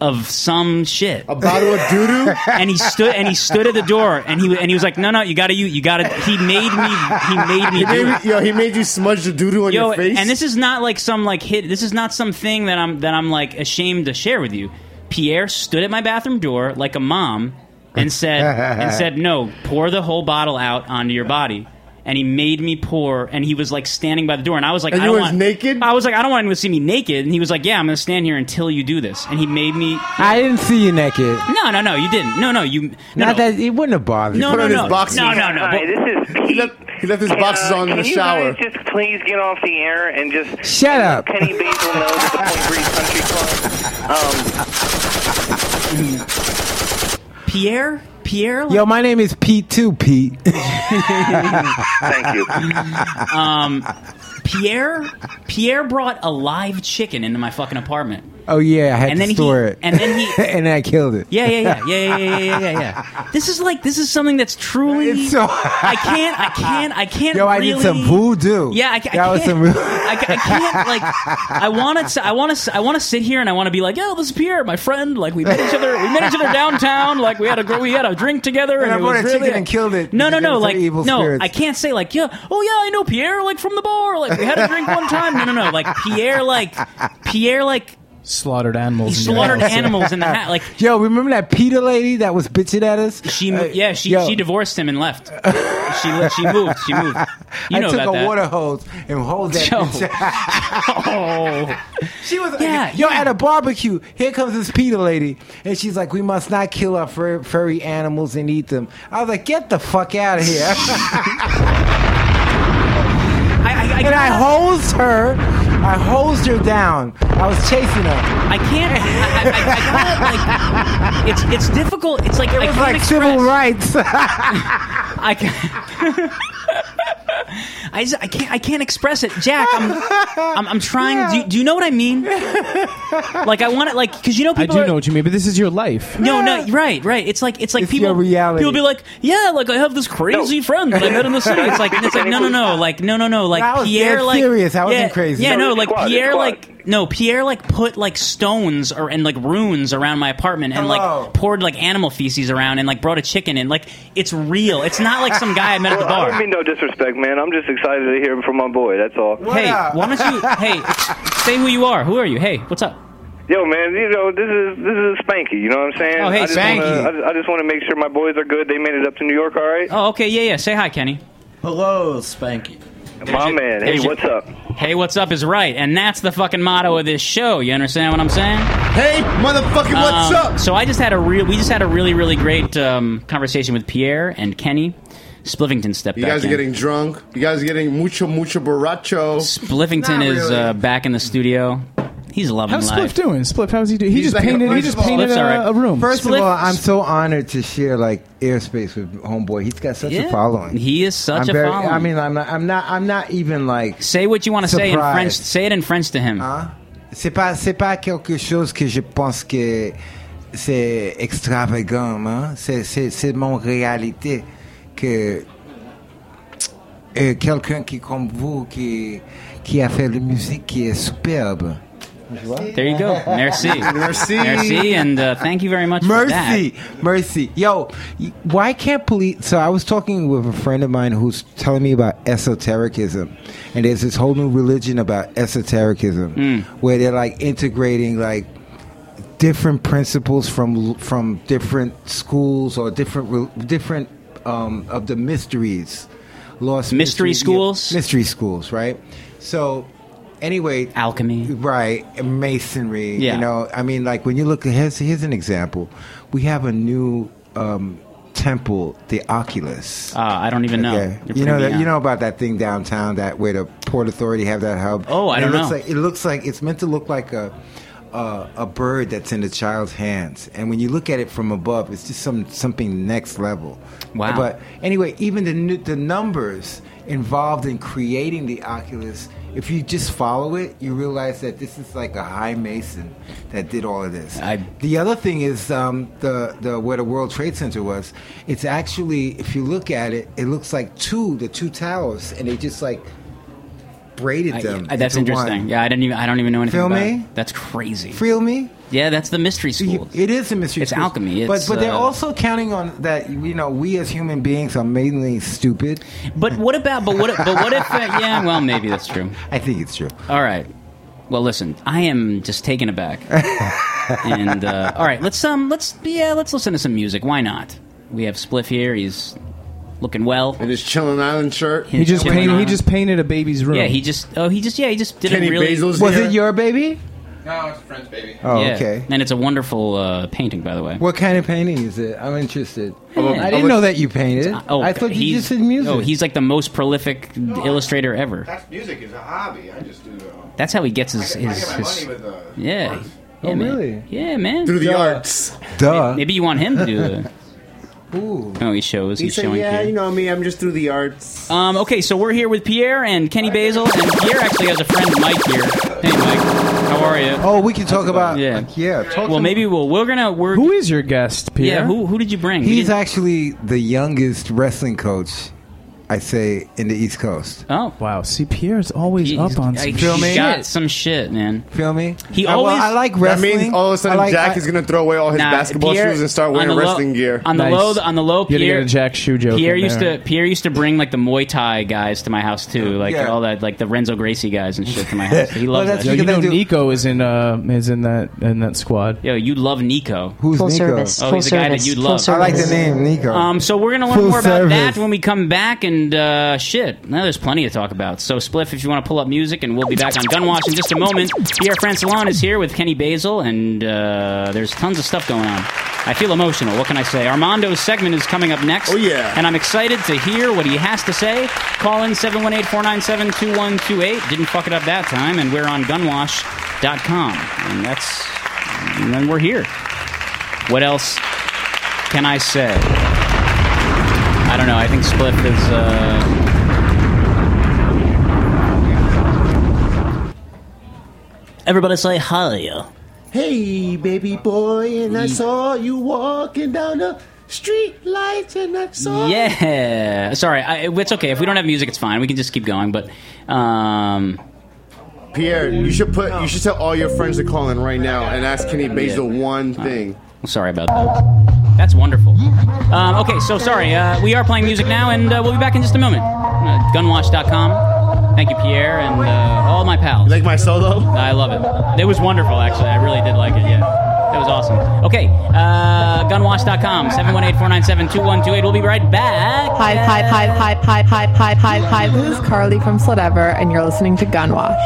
of some shit. A bottle of doo doo? and he stood and he stood at the door and he and he was like, No, no, you gotta you you gotta he made me he made me He do made it. me- yo, he made you smudge the doo doo on Yo, your face. and this is not like some like hit. This is not something that I'm that I'm like ashamed to share with you. Pierre stood at my bathroom door like a mom and said and said, "No, pour the whole bottle out onto your body." And he made me pour, and he was like standing by the door, and I was like, And "I you don't was want naked." I was like, "I don't want anyone to see me naked," and he was like, "Yeah, I'm gonna stand here until you do this." And he made me. I didn't see you naked. No, no, no, you didn't. No, no, you. No, Not no. that it wouldn't have bothered. No, you. no, no. No, no, no. But- this is Pete. He left, his boxes on in can the you shower. Guys just please get off the air and just Shut up. Penny Basil knows the Point Breeze Country Club. Um, Pierre, Pierre. Yo, my name is Pete too, Pete. Thank you. Um, Pierre, Pierre brought a live chicken into my fucking apartment. Oh yeah, I had And to then he- store it, and then he- and then I killed it. Yeah, yeah, yeah, yeah, yeah, yeah, yeah, yeah, yeah. This is like this is something that's truly. I can't, I can't, I can't. Yo, I really, did some voodoo. Yeah, I, ca- I that was can't- some. Real- I, ca- I can't like. I want to. I want to. I want to sit here and I want to be like, oh, this is Pierre, my friend. Like we met each other. We met each other downtown. Like we had a gr- we had a drink together. And And, I it bought was a really chicken and killed it No, no, because no. of Like evil no, spirits. I can't say like, yeah, oh yeah, I know Pierre. Like from the bar. Like we had a drink one time. No, no, no. Like Pierre. Like Pierre. Like slaughtered animals. He in your slaughtered house. animals in the hat. Like yo, remember that Peter lady that was bitching at us? Uh, She, mo- yeah, she yo. she divorced him and left. She li- she moved. She moved. You know I took about a that. water hose and hosed that. Yo. Oh, bitch. she was Yeah, like, yo, at a barbecue. Here comes this Peter lady, and she's like, "We must not kill our fur- furry animals and eat them." I was like, "Get the fuck out of here!" and I hosed her. I hosed her down. I was chasing her. I can't. I, I, I gotta, like, it's it's difficult. It's like It I was can't like express- civil rights. I can. I, just, I can't I can't express it, Jack. I'm I'm, I'm trying. Do, you, do you know what I mean? Like I want it, like because you know I people. do are- know what you mean, but this is your life. No, no, right, right. It's like it's like people. your reality. People be like, yeah, like I have this crazy friend that I met in the city. It's like it's like no, no, no, like no, no, no, like I was Pierre, dead like serious. I wasn't yeah, crazy. Yeah, No, no, it's like squad, it's Pierre, squad. like no, Pierre, like put like stones or and like runes around my apartment and Hello. like poured like animal feces around and like brought a chicken in. Like it's real. It's not like some guy I met at the Well, I don't bar. mean no disrespect, man. I'm just excited to hear from my boy. That's all. Hey, why don't you? Hey, say who you are. Who are you? Hey, what's up? Yo, man, you know this is this is Spanky. You know what I'm saying? Oh, hey, I just Spanky. Wanna, I just, I just want to make sure my boys are good. They made it up to New York, all right? Oh, okay, yeah, yeah. Say hi, Kenny. Hello, Spanky. My man. Hey, there's your- what's up? Hey, what's up is right, and that's the fucking motto of this show. You understand what I'm saying? Hey, motherfucking, what's Um, up? So I just had a real, we just had a really, really great um, conversation with Pierre and Kenny. Splivington stepped You back guys are in. getting drunk. You guys are getting mucho, mucho borracho. Splivington is uh, back in the studio. He's loving How's Spliff life. doing? Spliff, how's he doing? He He's just like- painted. He first just of all- painted Spliff's a, all right. a room. First of all, I'm so honored to share like airspace with Homeboy. He's got such Yeah. a following. He is such I'm a very- following. I mean, I'm not. I'm not. I'm not even like. Say what you want to say in surprised. French. Say it in French to him. Ah. C'est pas. C'est pas quelque chose que je pense que c'est extravagant. Hein? C'est. C'est. C'est mon réalité que euh, quelqu'un qui comme vous qui qui a fait la musique qui est superbe. There you go. Merci. Merci. Merci, and uh, thank you very much for that. mercy, mercy. Yo, y- why can't police? So I was talking with a friend of mine who's telling me about esotericism, and there's this whole new religion about esotericism Hmm. where they're like integrating like different principles from from different schools or different re- different um, of the mysteries, lost Mystery mysteries, yeah, schools? mystery schools, right? So. Anyway, alchemy, right? and Masonry, Yeah. you know, know, I mean, like when you look, here's, here's an example. We have a new um, temple, the Oculus. Ah, I don't even know. Okay. You're You putting know me that, on. you know about that thing downtown that where the Port Authority have that hub. Oh, I And it don't looks know. Like, it looks like it's meant to look like a. Uh, a bird that's in a child's hands, and when you look at it from above, it's just some something next level. Wow. But anyway, even the nu- the numbers involved in creating the Oculus, if you just follow it, you realize that this is like a high mason that did all of this. the other thing is um, the the where the World Trade Center was. It's actually, if you look at it, it looks like two the two towers, and they just like braided I- them. I- that's into one. interesting. Yeah, I didn't even. I don't even know anything Feel about me? it. That's crazy. Feel me? Yeah, that's the mystery school. It is a mystery. It's alchemy. It's, but but they're uh, also counting on that. You know, we as human beings are mainly stupid. But what about? But what? But what if? Uh, yeah. Well, maybe that's true. I think it's true. All right. Well, listen. I am just taken aback. and uh, all right, let's um, let's yeah, let's listen to some music. Why not? We have Spliff here. He's looking well in his Chillin' Island shirt. He just painted. He just painted a baby's room. Yeah, he just. Oh, he just. Yeah, he just did Kenny a really. Basil's Was here. it your baby? No, it's a friend's baby. Oh, okay. And it's a wonderful uh, painting, by the way. What kind of painting is it? I'm interested. I'm a- I'm I didn't a- know that you painted. Oh, I thought you he's- just did music. No, he's like the most prolific illustrator ever. That's music is a hobby. I just do. Uh, That's how he gets his. I get- I his, get my his- money with, uh, yeah. art. Oh, Yeah, man. Yeah, man. Through the Duh. arts. Duh. Maybe you want him to do the. Ooh. Oh, he shows. He He's said, showing. "Yeah, here. you know me. I'm just through the arts." Um, okay, so we're here with Pierre and Kenny Basil, and Pierre actually has a friend, Mike, here. Hey, Mike, how are you? Oh, we can talk about yeah, yeah. Talk well, maybe we'll we're gonna we're who is your guest, Pierre? yeah. Who who did you bring? We He's didn't- actually the youngest wrestling coach, I say, in the East Coast. Oh wow! See, Pierre's always up on I- some he's shit. got some shit, man. Feel me? He Uh, well, always. I like That means all of a sudden Jack is gonna throw away all his Nah, basketball Pierre- shoes and start on wearing the low- wrestling gear. on the low. On the low, You gotta Pierre get a Jack shoe joke. Pierre in used there. to Pierre used to bring like the Muay Thai guys to my house too, like Yeah. all that like the Renzo Gracie guys and shit to my house. He loves that. Yo, shit. Oh, you know, Nico is in uh, is in that in that squad. Yo, you love Nico. Who's Full Nico? service, Oh, full he's a guy that service, you full love. service. I like the name, Nico. Um, so we're gonna learn Full more about that service. when we come back, and uh, shit, now there's plenty to talk about. So Spliff, if you want to pull up music, and we'll be back on Gunwash in just a moment. Pierre Francelon is here with Kenny Basil, and uh, there's tons of stuff going on. I feel emotional. What can I say? Armando's segment is coming up next. Oh, yeah. And I'm excited to hear what he has to say. Call in 718 497 2128. Didn't fuck it up that time. And we're on gunwash.com. And that's. And then we're here. What else can I say? I don't know. I think Spliff is. Uh... Everybody say hi. Hey, baby boy, and I Mm. saw you walking down the street lights, and I saw. Yeah. Sorry. I, it's okay. If we don't have music, it's fine. We can just keep going. But. Um, Pierre, you should put. You should tell all your friends to call in right now and ask Kenny Basil one thing. sorry about that. That's wonderful. Um, okay, so sorry. Uh, we are playing music now, and uh, we'll be back in just a moment. Uh, gunwatch.com. Thank you, Pierre, and uh, all my pals. like my solo? I love it. It was wonderful, actually. I really did like it, yeah. That was awesome. Okay, uh, gunwash.com, 718-497-2128. We'll be right back. Hi, hi, hi, hi, hi, hi, hi, hi, hi. This is Carly from Slidever, and you're listening to Gunwash.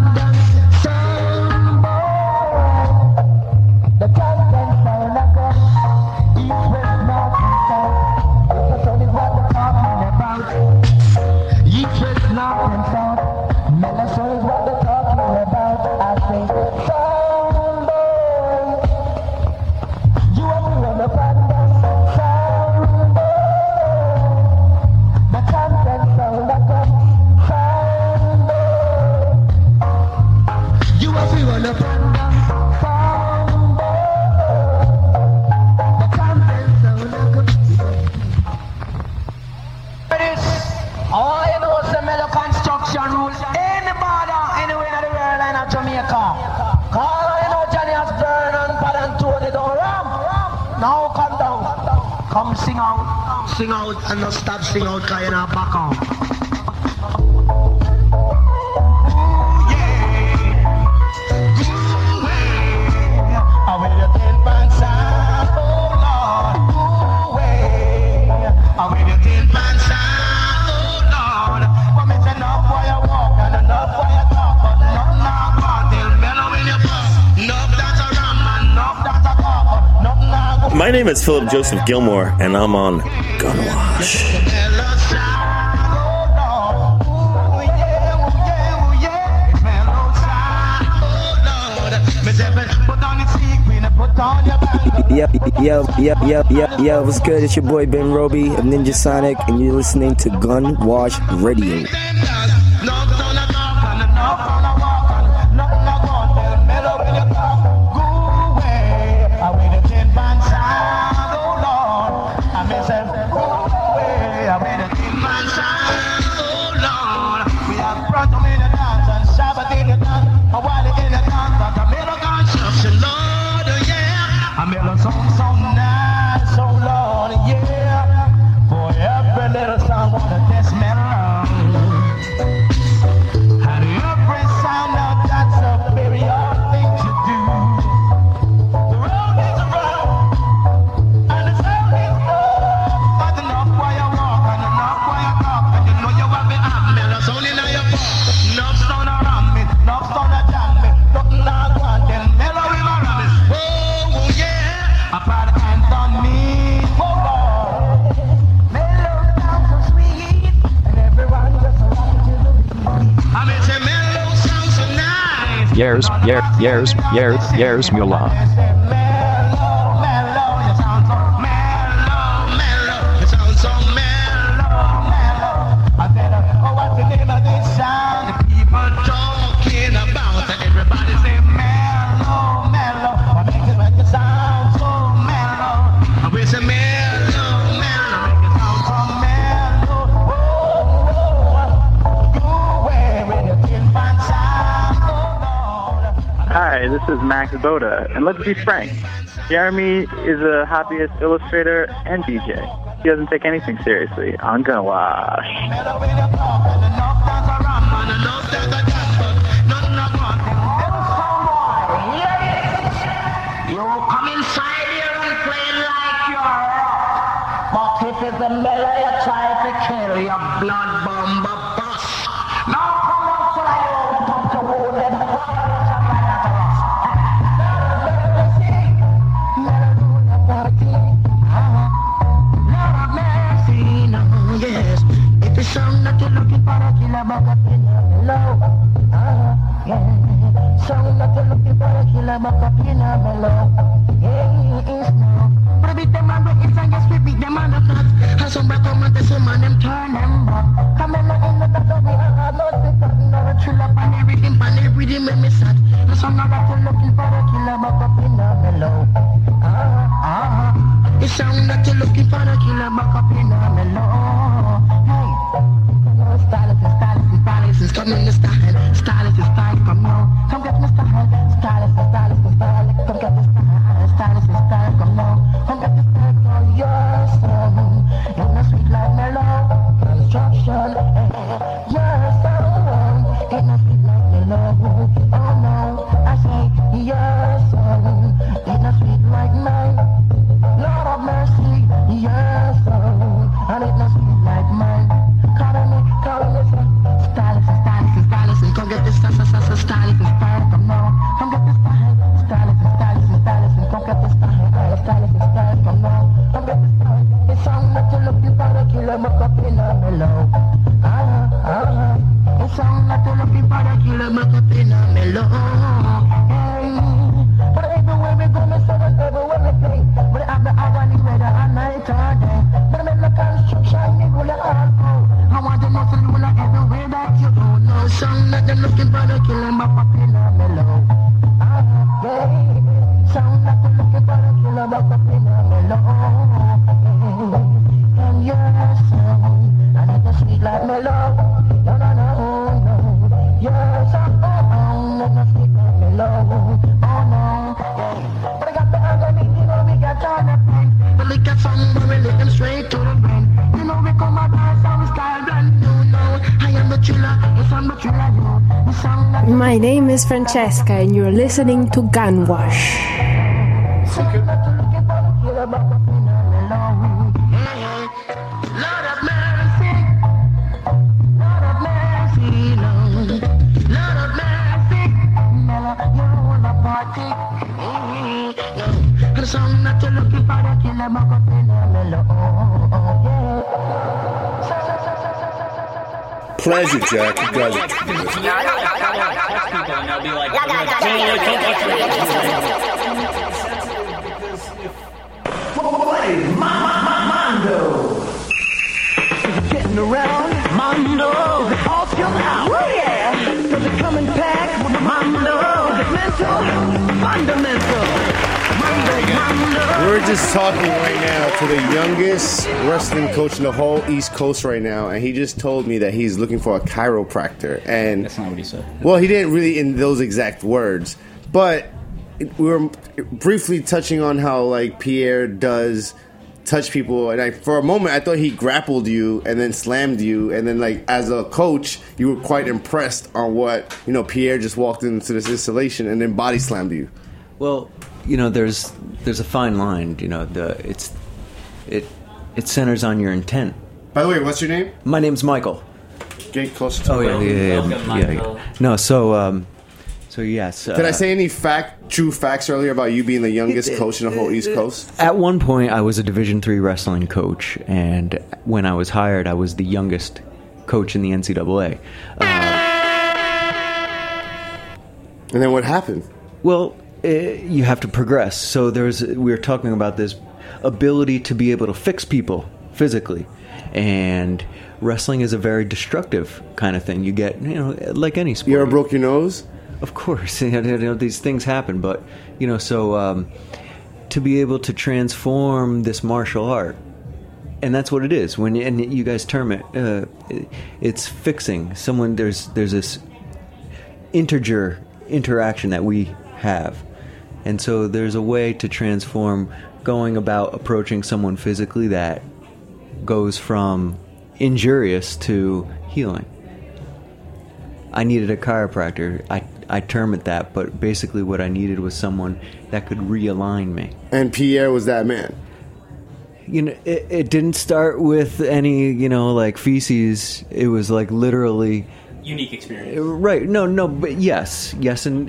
The captain sound like a east west north south. all come down. Come sing out, sing out, and not stop sing out, cause you're not back out. My name is Philip Joseph Gilmore, and I'm on Gunwash. Yo, yo, yo, yo, yo, yo, what's good? It's your boy Ben Roby of Ninja Sonic, and you're listening to Gun Wash Radio. Years, year, years, years, years, Mula. uh, oh, Hi, this is Max Boda, and let's be frank. Jeremy is a hobbyist illustrator and DJ. He doesn't take anything seriously. I'm gonna wash. You come inside here and play like you're rock. But if it's a mellow you try to kill, your blood bomb a bust. Now come up to my own pump to wounded Yes, if it's some that you're looking for, I'll kill a bug up in your below. Uh-huh, yeah. Some that you're looking for, I'll kill a bug up in your below. Yeah, it's no. But beat them on the it's and yes, we beat them on the flat. And some back on the same and them turn them back. Come in, in the top of me, I have no stick up, no chill up on everything, on everything, make me sad. And some that you're looking for, I'll kill a bug up in your below. Uh-huh, uh-huh. It's some that you're looking for, I'll kill a bug up in your below. Stylist and stylist and stylist is coming to style. Stylist and stylist, come on. Come get me style. Stylist and stylist and stylist, come get me style. Stylist and stylist, come on. Come get me style for your son. In a sweet like mellow construction. Your son. In a sweet like mellow. Oh no, I say your son. In a sweet like mine. Lord of mercy, your son. And it must be like mine. Call me, call me, say, stylist, stylist, stylist, and come get this, stylist, stylist, stylist, stylist, come now. Come get this, stylist, stylist, stylist, stylist, and come get this, stylist, stylist, stylist, come now. Come get this, stylist, it's on that you looking for, a killer, muck up in a mellow. Uh-huh, uh-huh. It's on that you looking for, a killer, muck up in a mellow. Hey, but everywhere we go, me say that everywhere we play, but I'm the hourly whether at night or day. But I'm in the construction, me rule it all out. I want to know to rule it everywhere that you go. No song that they're looking for, they kill 'em up up in a mellow. Ah, yeah. Sound that they're looking for, they kill 'em up up in a mellow. Yeah. And your sound, I like the sweet like mellow. No, no, no, no. Your sound, and the sweet like mellow. Oh, no. Yeah. But I got the agony, you know, we got all the pain. Somebody lick them straight to the brain. You know we come out dance and we style brand new now. I am the chiller, yes I'm the chiller, yo. The song that My name is Francesca, and you're listening to Gun Wash. And some not to looking for the killer, but go pin them Pleasure, Jack. You guys are terrific. Getting around, Mondo. Is it all still out? Oh yeah. Does it come in packs? Mondo. Is it mental? Fundamental. We're just talking right now to the youngest wrestling coach in the whole East Coast right now, and he just told me that he's looking for a chiropractor. And that's not what he said. Well, he didn't really in those exact words, but we were briefly touching on how like Pierre does touch people, and I for a moment I thought he grappled you and then slammed you, and then like as a coach you were quite impressed on what you know Pierre just walked into this installation and then body slammed you. Well, you know, there's there's a fine line. You know, the it's it it centers on your intent. By the way, what's your name? My name's Michael. Get close to Oh the yeah, mic. yeah, yeah, yeah, yeah, yeah. No, so um, so yes. Did I uh, say any fact, true facts earlier about you being the youngest coach in the whole East Coast? At one point, I was a Division three wrestling coach, and when I was hired, I was the youngest coach in the NCAA. and then what happened? Well, eh, you have to progress. So there's we were talking about this ability to be able to fix people physically, and wrestling is a very destructive kind of thing. You get you know like any sport. You ever broke your nose? Of course, you know, these things happen, but you know so. Um, to be able to transform this martial art and that's what it is when and you guys term it uh, it's fixing someone there's there's this integer interaction that we have and so there's a way to transform going about approaching someone physically that goes from injurious to healing I needed a chiropractor. I, I term it that, but basically what I needed was someone that could realign me. And Pierre was that man. You know, it, it didn't start with any, you know, like feces. It was like literally. Unique experience. Right. No, no, but yes. Yes, and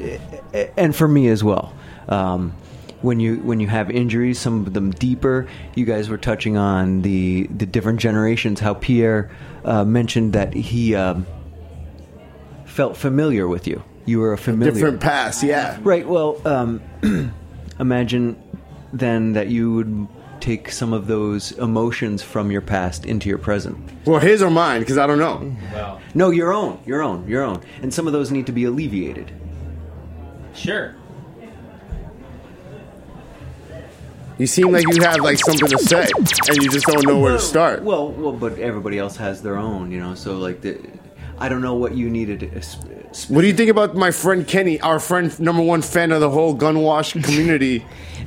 and for me as well. Um, when you when you have injuries, some of them deeper. You guys were touching on the the different generations. How Pierre uh, mentioned that he um, felt familiar with you. You were a familiar Different pass, yeah. Right. Well, um, imagine then that you would take some of those emotions from your past into your present. Well, his or mine, because I don't know. No, your own, your own, your own. And some of those need to be alleviated. Sure. You seem like you have like something to say, and you just don't know where to start. Well, well, but everybody else has their own, you know. So like the, I don't know what you needed. es- What do you think about my friend Kenny, our friend number one fan of the whole gun wash community?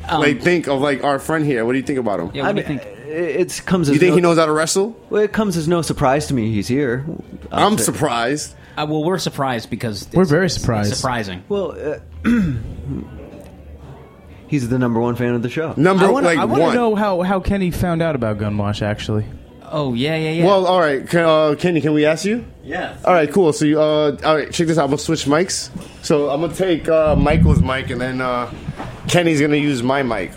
Um, like, think of like our friend here. What do you think about him? Yeah, what do you think? It comes. You as think no- he knows how to wrestle? Well, it comes as no surprise to me. He's here. I'm surprised. Uh, well, we're surprised because We're it's- very it's- it's surprised. surprising. Well, uh, He's the number one fan of the show. I wanna, I wanna know how, how Kenny found out about Gunwash, actually. Oh yeah, yeah, Well, all right, Can- uh, Kenny, can we ask you? Yes. All right, cool. So, you, uh, all right, check this out. I'm gonna switch mics. So I'm gonna take uh, Michael's mic, and then uh, Kenny's gonna use my mic.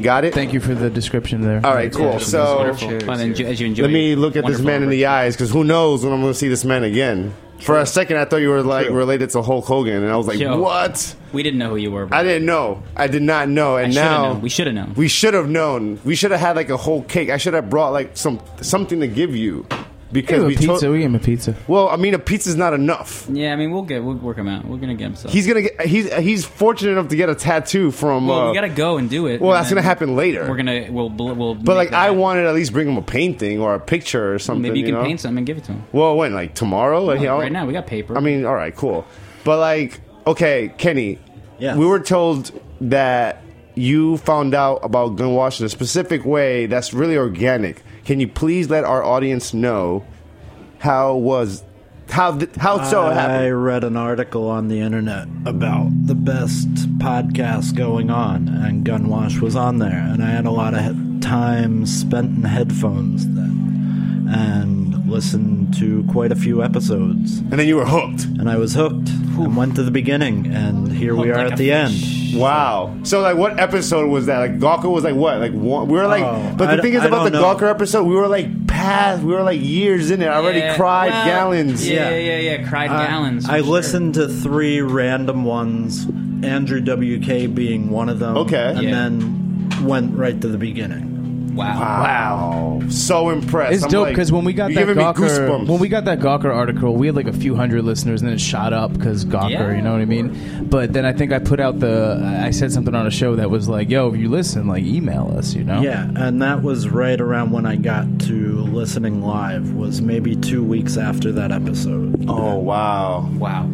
Got it? Thank you for the description there. All right, cool. That's So wonderful. let me look at this man in the eyes because who knows when I'm gonna see this man again. For a second, I thought you were like related to Hulk Hogan, and I was like, Yo, what? We didn't know who you were. I didn't know. I did not know, and should've now known. We should've known. We should have known. We should have had like a whole cake. I should have brought like some something to give you because Give him we a pizza. to- we gave him a pizza. well, I mean, a pizza's not enough. Yeah, I mean, we'll get we'll work him out. We're gonna get him. Stuff. He's gonna get. He's he's fortunate enough to get a tattoo from. well, uh, we gotta go and do it. well, and that's gonna then happen later. We're gonna we'll bl- we'll. but like, I wanted to at least bring him a painting or a picture or something. maybe you can know? paint something and give it to him. Well, when like tomorrow? Like, No, you know? right now, we got paper. I mean, all right, cool. But like, okay, Kenny. Yeah. We were told that you found out about gun wash in a specific way that's really organic. Can you please let our audience know how was how th- how so it happened? I read an article on the internet about the best podcast going on, and Gunwash was on there, and I had a lot of he- time spent in headphones then, and listened to quite a few episodes. And then you were hooked. And I was hooked. And went to the beginning, and here we are at the end. Wow. So like, what episode was that? Like, Gawker was like what? Like one, we were like, Oh, but I the d- thing is I about the don't know. Gawker episode, we were like past, we were like years in it. I already Yeah, cried well, gallons. Yeah, yeah, yeah, yeah, cried Uh, I- gallons. I for sure. listened to three random ones, Andrew WK being one of them. Okay. And Yeah. then went right to the beginning. Wow. Wow. Oh, So impressed. It's I'm dope like, because when we got you're that giving me Gawker, goosebumps. when we got that Gawker article, we had like a few hundred listeners, and then it shot up because Gawker. You know what I mean? But then I think I put out the I said something on a show that was like, "Yo, if you listen, like email us." You know? Yeah, and that was right around when I got to listening live. Was maybe two weeks after that episode. Oh wow! Wow.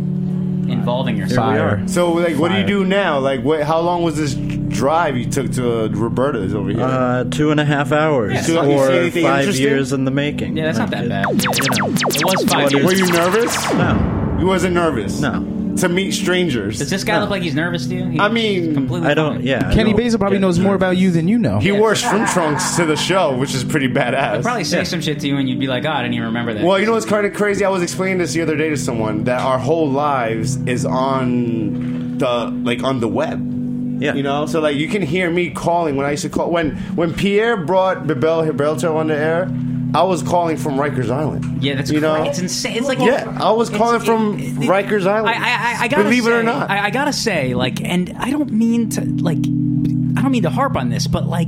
Involving Here we yourself. are. So like, what do you Fire. do now? Like, what? How long was this drive you took to uh, Roberta's over here? Uh, two and a half hours, Yeah, so you see or anything five interesting? years in the making. Yeah, that's not that bad. It was five years. Were you nervous? No. You wasn't nervous. No. To meet strangers. Does this guy look like he's nervous to you? He I mean, completely I don't- fine. yeah, I Kenny don't Basil probably get knows more about you than you know. He wore shrimp trunks to the show, which is pretty badass. I'd probably say some shit to you and you'd be like, oh, I didn't even remember that. Well, you know what's kind of crazy? I was explaining this the other day to someone that our whole lives is on the like on the web. Yeah. You know, so like you can hear me calling when I used to call when when Pierre brought Bibel Hiberto on the air. I was calling from Rikers Island. Yeah, that's you know cra- it's insane. It's like yeah, I was calling from Rikers Island. I, I, I, I gotta believe say, it or not. I, I gotta say, like, and I don't mean to, like, I don't mean to harp on this, but like,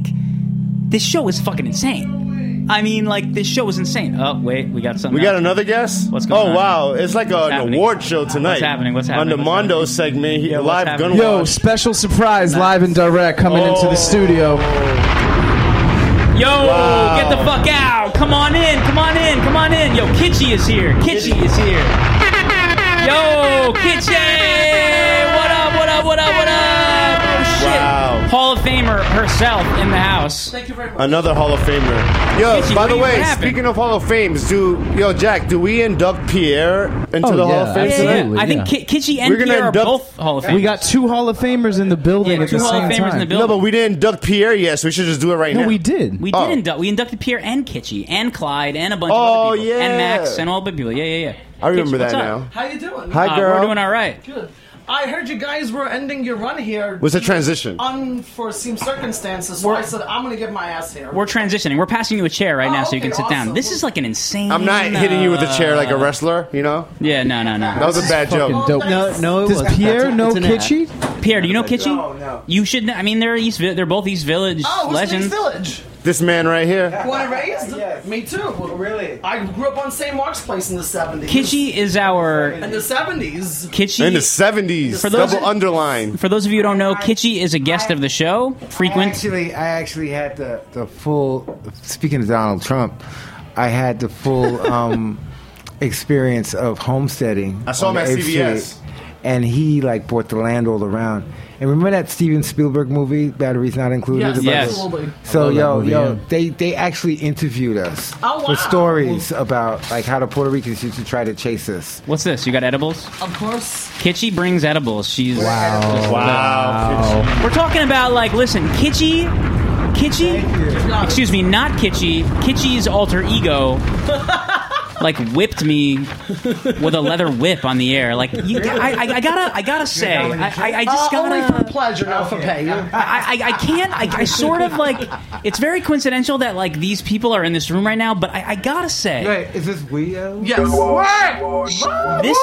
this show is fucking insane. I mean, like, this show is insane. Oh wait, we got something. We got else. another guest. What's going oh, on? wow! It's like What's an happening? award show tonight. What's happening? What's happening? On the What's Mondo segment, he- what's live happening? gun Oh. Yo, special surprise, live and direct, coming into the studio. Yo, get the fuck out! Come on in, come on in, come on in. Yo, Kitschy is here. Kitschy is here. Yo, Kitschy! What up? What up? What up? What up? Oh shit! Wow. Hall of Famer herself in the house. Thank you very much. Another Hall of Famer. Yo, Richie, by what the do you- what way, happened? speaking of Hall of Fames, do yo Jack, do we induct Pierre into Oh, the Hall yeah, of Fame absolutely, tonight? yeah. I think Ki- Kitschy and We're gonna Pierre are induct- both Hall of Famers. We got two Hall of Famers in the building Yeah, at the two Hall same of Famers in time. the building. No, but we didn't induct Pierre yet, so we should just do it right No, now. we did. We did Oh. induct. We inducted Pierre and Kitschy and Clyde and a bunch Oh, of other people yeah. and Max and all the people. Yeah, yeah, yeah. I remember that what's up? now. How you doing? Hi, Uh, girl. We're doing all right. Good. I heard you guys were ending your run here. Was a transition. Unforeseen circumstances, so I said I'm gonna get my ass here. We're transitioning. We're passing you a chair Oh, right now, so you can sit down. This is like an insane. uh, I'm not hitting you with a chair like a wrestler, you know? Yeah, no, no, no. That was a bad joke. No, no. it Does wasn't. Pierre That's a- know it's an ad. Kitschy? uh, Pierre, do you know Kitschy? No, no. You should. kn- I mean, they're East. Vi- They're both East Village Oh, it's legends. East Village. This man right here. When I raised, me too. really? I grew up on St. Mark's Place in the '70s. Kitschy is in our the '70s. Kitschy In the 70s. For those- double underline. For those of you who don't know, Kitschy is a guest of the show. I Frequent. actually, I actually had the, the full. Speaking of Donald Trump, I had the full um, experience of homesteading. I saw on him the at Eighth CVS. Street, and he like bought the land all around. And remember that Steven Spielberg movie, Batteries Not Included? Yes, about Yes. this? absolutely. I So love that yo movie, yo, yeah. they they actually interviewed us Oh, wow. for stories about like how the Puerto Ricans used to try to chase us. What's this? You got edibles? Of course. Kitschy brings edibles. She's Wow. Wow. We're talking about like, listen, Kitschy, Kitschy. Excuse me, not Kitschy. Kitschy's alter ego. Like whipped me with a leather whip on the air. Like you, I, I, I gotta, I gotta say, I, I, I just Uh, gotta. only for pleasure, not for pay. I, I, I can't. I, I sort of like. It's very coincidental that like these people are in this room right now, but I, I gotta say, is this we? Yes. What? This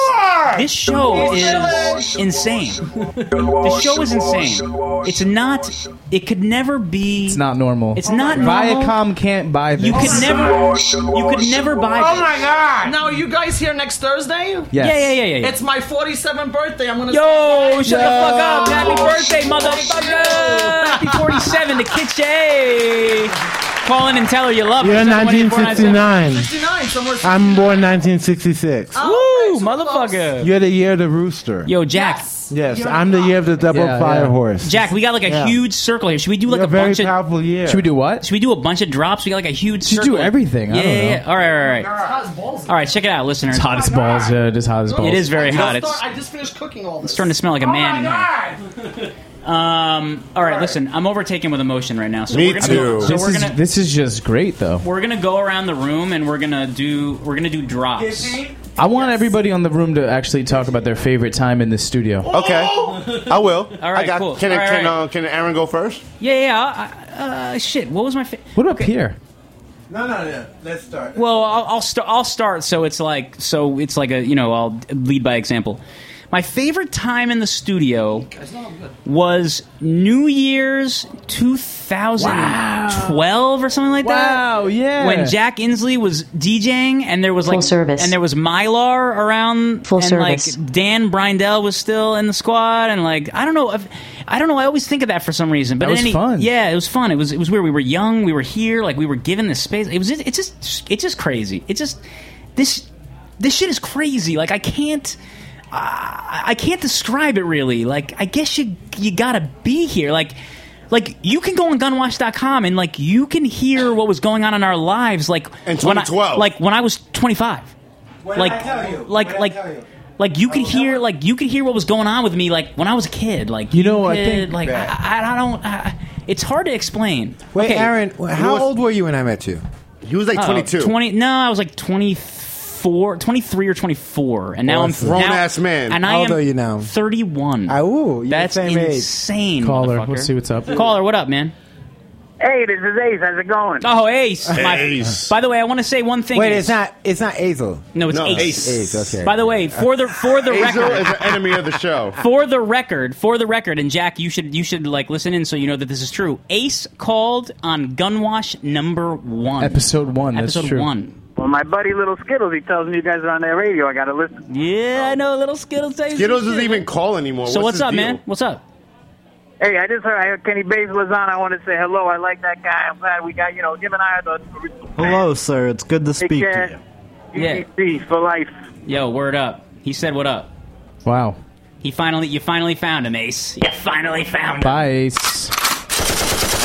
this show is insane. The show is insane. It's not. It could never be. It's not normal. It's not normal. Viacom can't buy this. You could never. You could never buy. Oh this. my god! Now are you guys here next Thursday? Yes. Yeah, yeah, yeah, yeah, yeah. It's my 47th birthday. I'm gonna. Yo, shut the Yo. fuck up! Happy birthday, motherfucker! Happy 47 to Kitche. Call in and tell her you love her. You're 714-979. 1969. somewhere. I'm born 1966. Oh, you, motherfucker. You're the year of the rooster. Uh, Yo, Jack. Yes, I'm the year of the double Yeah, fire yeah. horse. Jack, we got like a Yeah. huge circle here. Should we do like You're a very bunch powerful of year. Should we do what? Should we do a bunch of drops? We got like a huge Should circle. do everything. I Yeah, don't yeah, know. yeah. All right, all right. All right, check it out, listeners. It's hot as balls. Yeah, it is hot as balls. It is very hot. It's, I just finished cooking all it's this. Oh starting to smell like a man in here. God! Um, all right, listen, I'm overtaken with emotion right now. So we're gonna, So This we're is, gonna this is just great, though. we're gonna go around the room and we're gonna do we're gonna do drops. I want everybody on the room to actually talk about their favorite time in the studio. Okay, I will. All right, I got, cool. Can All right, can all Uh, can Aaron go first? Yeah, yeah. I, uh, shit, what was my fa- What about Pierre? No, no, no. Let's start. Well, I'll, I'll start. I'll start. So it's like so it's like a you know I'll lead by example. My favorite time in the studio was New Year's 2012 or something like that. Wow, yeah. When Jack Insley was DJing and there was like Full service. and there was Mylar around Full and service. like Dan Brindell was still in the squad and like I don't know if, I don't know I always think of that for some reason but That was any, fun. yeah it was fun it was it was weird we were young we were here like we were given this space it was it's just it's just crazy it's just this this shit is crazy like I can't I I can't describe it really. Like, I guess you you gotta be here. Like, like you can go on gunwash.com and like you can hear what was going on in our lives. Like in when I- 2012. like when I was twenty five. What did I tell you? What like, did I like, tell you? like you could hear, like you could hear what was going on with me, like when I was a kid. Like, you know, I think like that- I, I, I don't. I, it's hard to explain. Wait, Okay. Aaron, how old were you when I met you? He was Oh, 20 no, I was like 24, 23 or 24. And now Oh, I'm grown now- ass man. And I How old am are you now? Ah, 31. ooh, That's insane. Caller, motherfucker. let's see what's up. Caller, what up, man? Hey, this is Ace. How's it going? Oh, Ace. My- by the way, I want to say one thing. Wait, Ace. it's not. It's not Azel. No, it's No, Ace. Ace. Ace, okay. By the way, for the for the Azel record, is the enemy of the show. For the record, for the record, and Jack, you should you should like listen in so you know that this is true. Ace called on Gunwash number one, Episode one. That's episode true. one. Well, my buddy Little Skittles, he tells me you guys are on that radio. I got to listen. Yeah, I know. Little Skittles tells Skittles doesn't even call anymore. So what's his up, deal? man? What's up? Hey, I just heard, I heard Kenny Bays was on. I want to say hello. I like that guy. I'm glad we got, you know, him and I are the Hello, sir. It's good to speak to you. Yeah. for life. Yo, word up. He said, "What up?" Wow. He finally, you finally found him, Ace. You finally found him. Bye, Ace.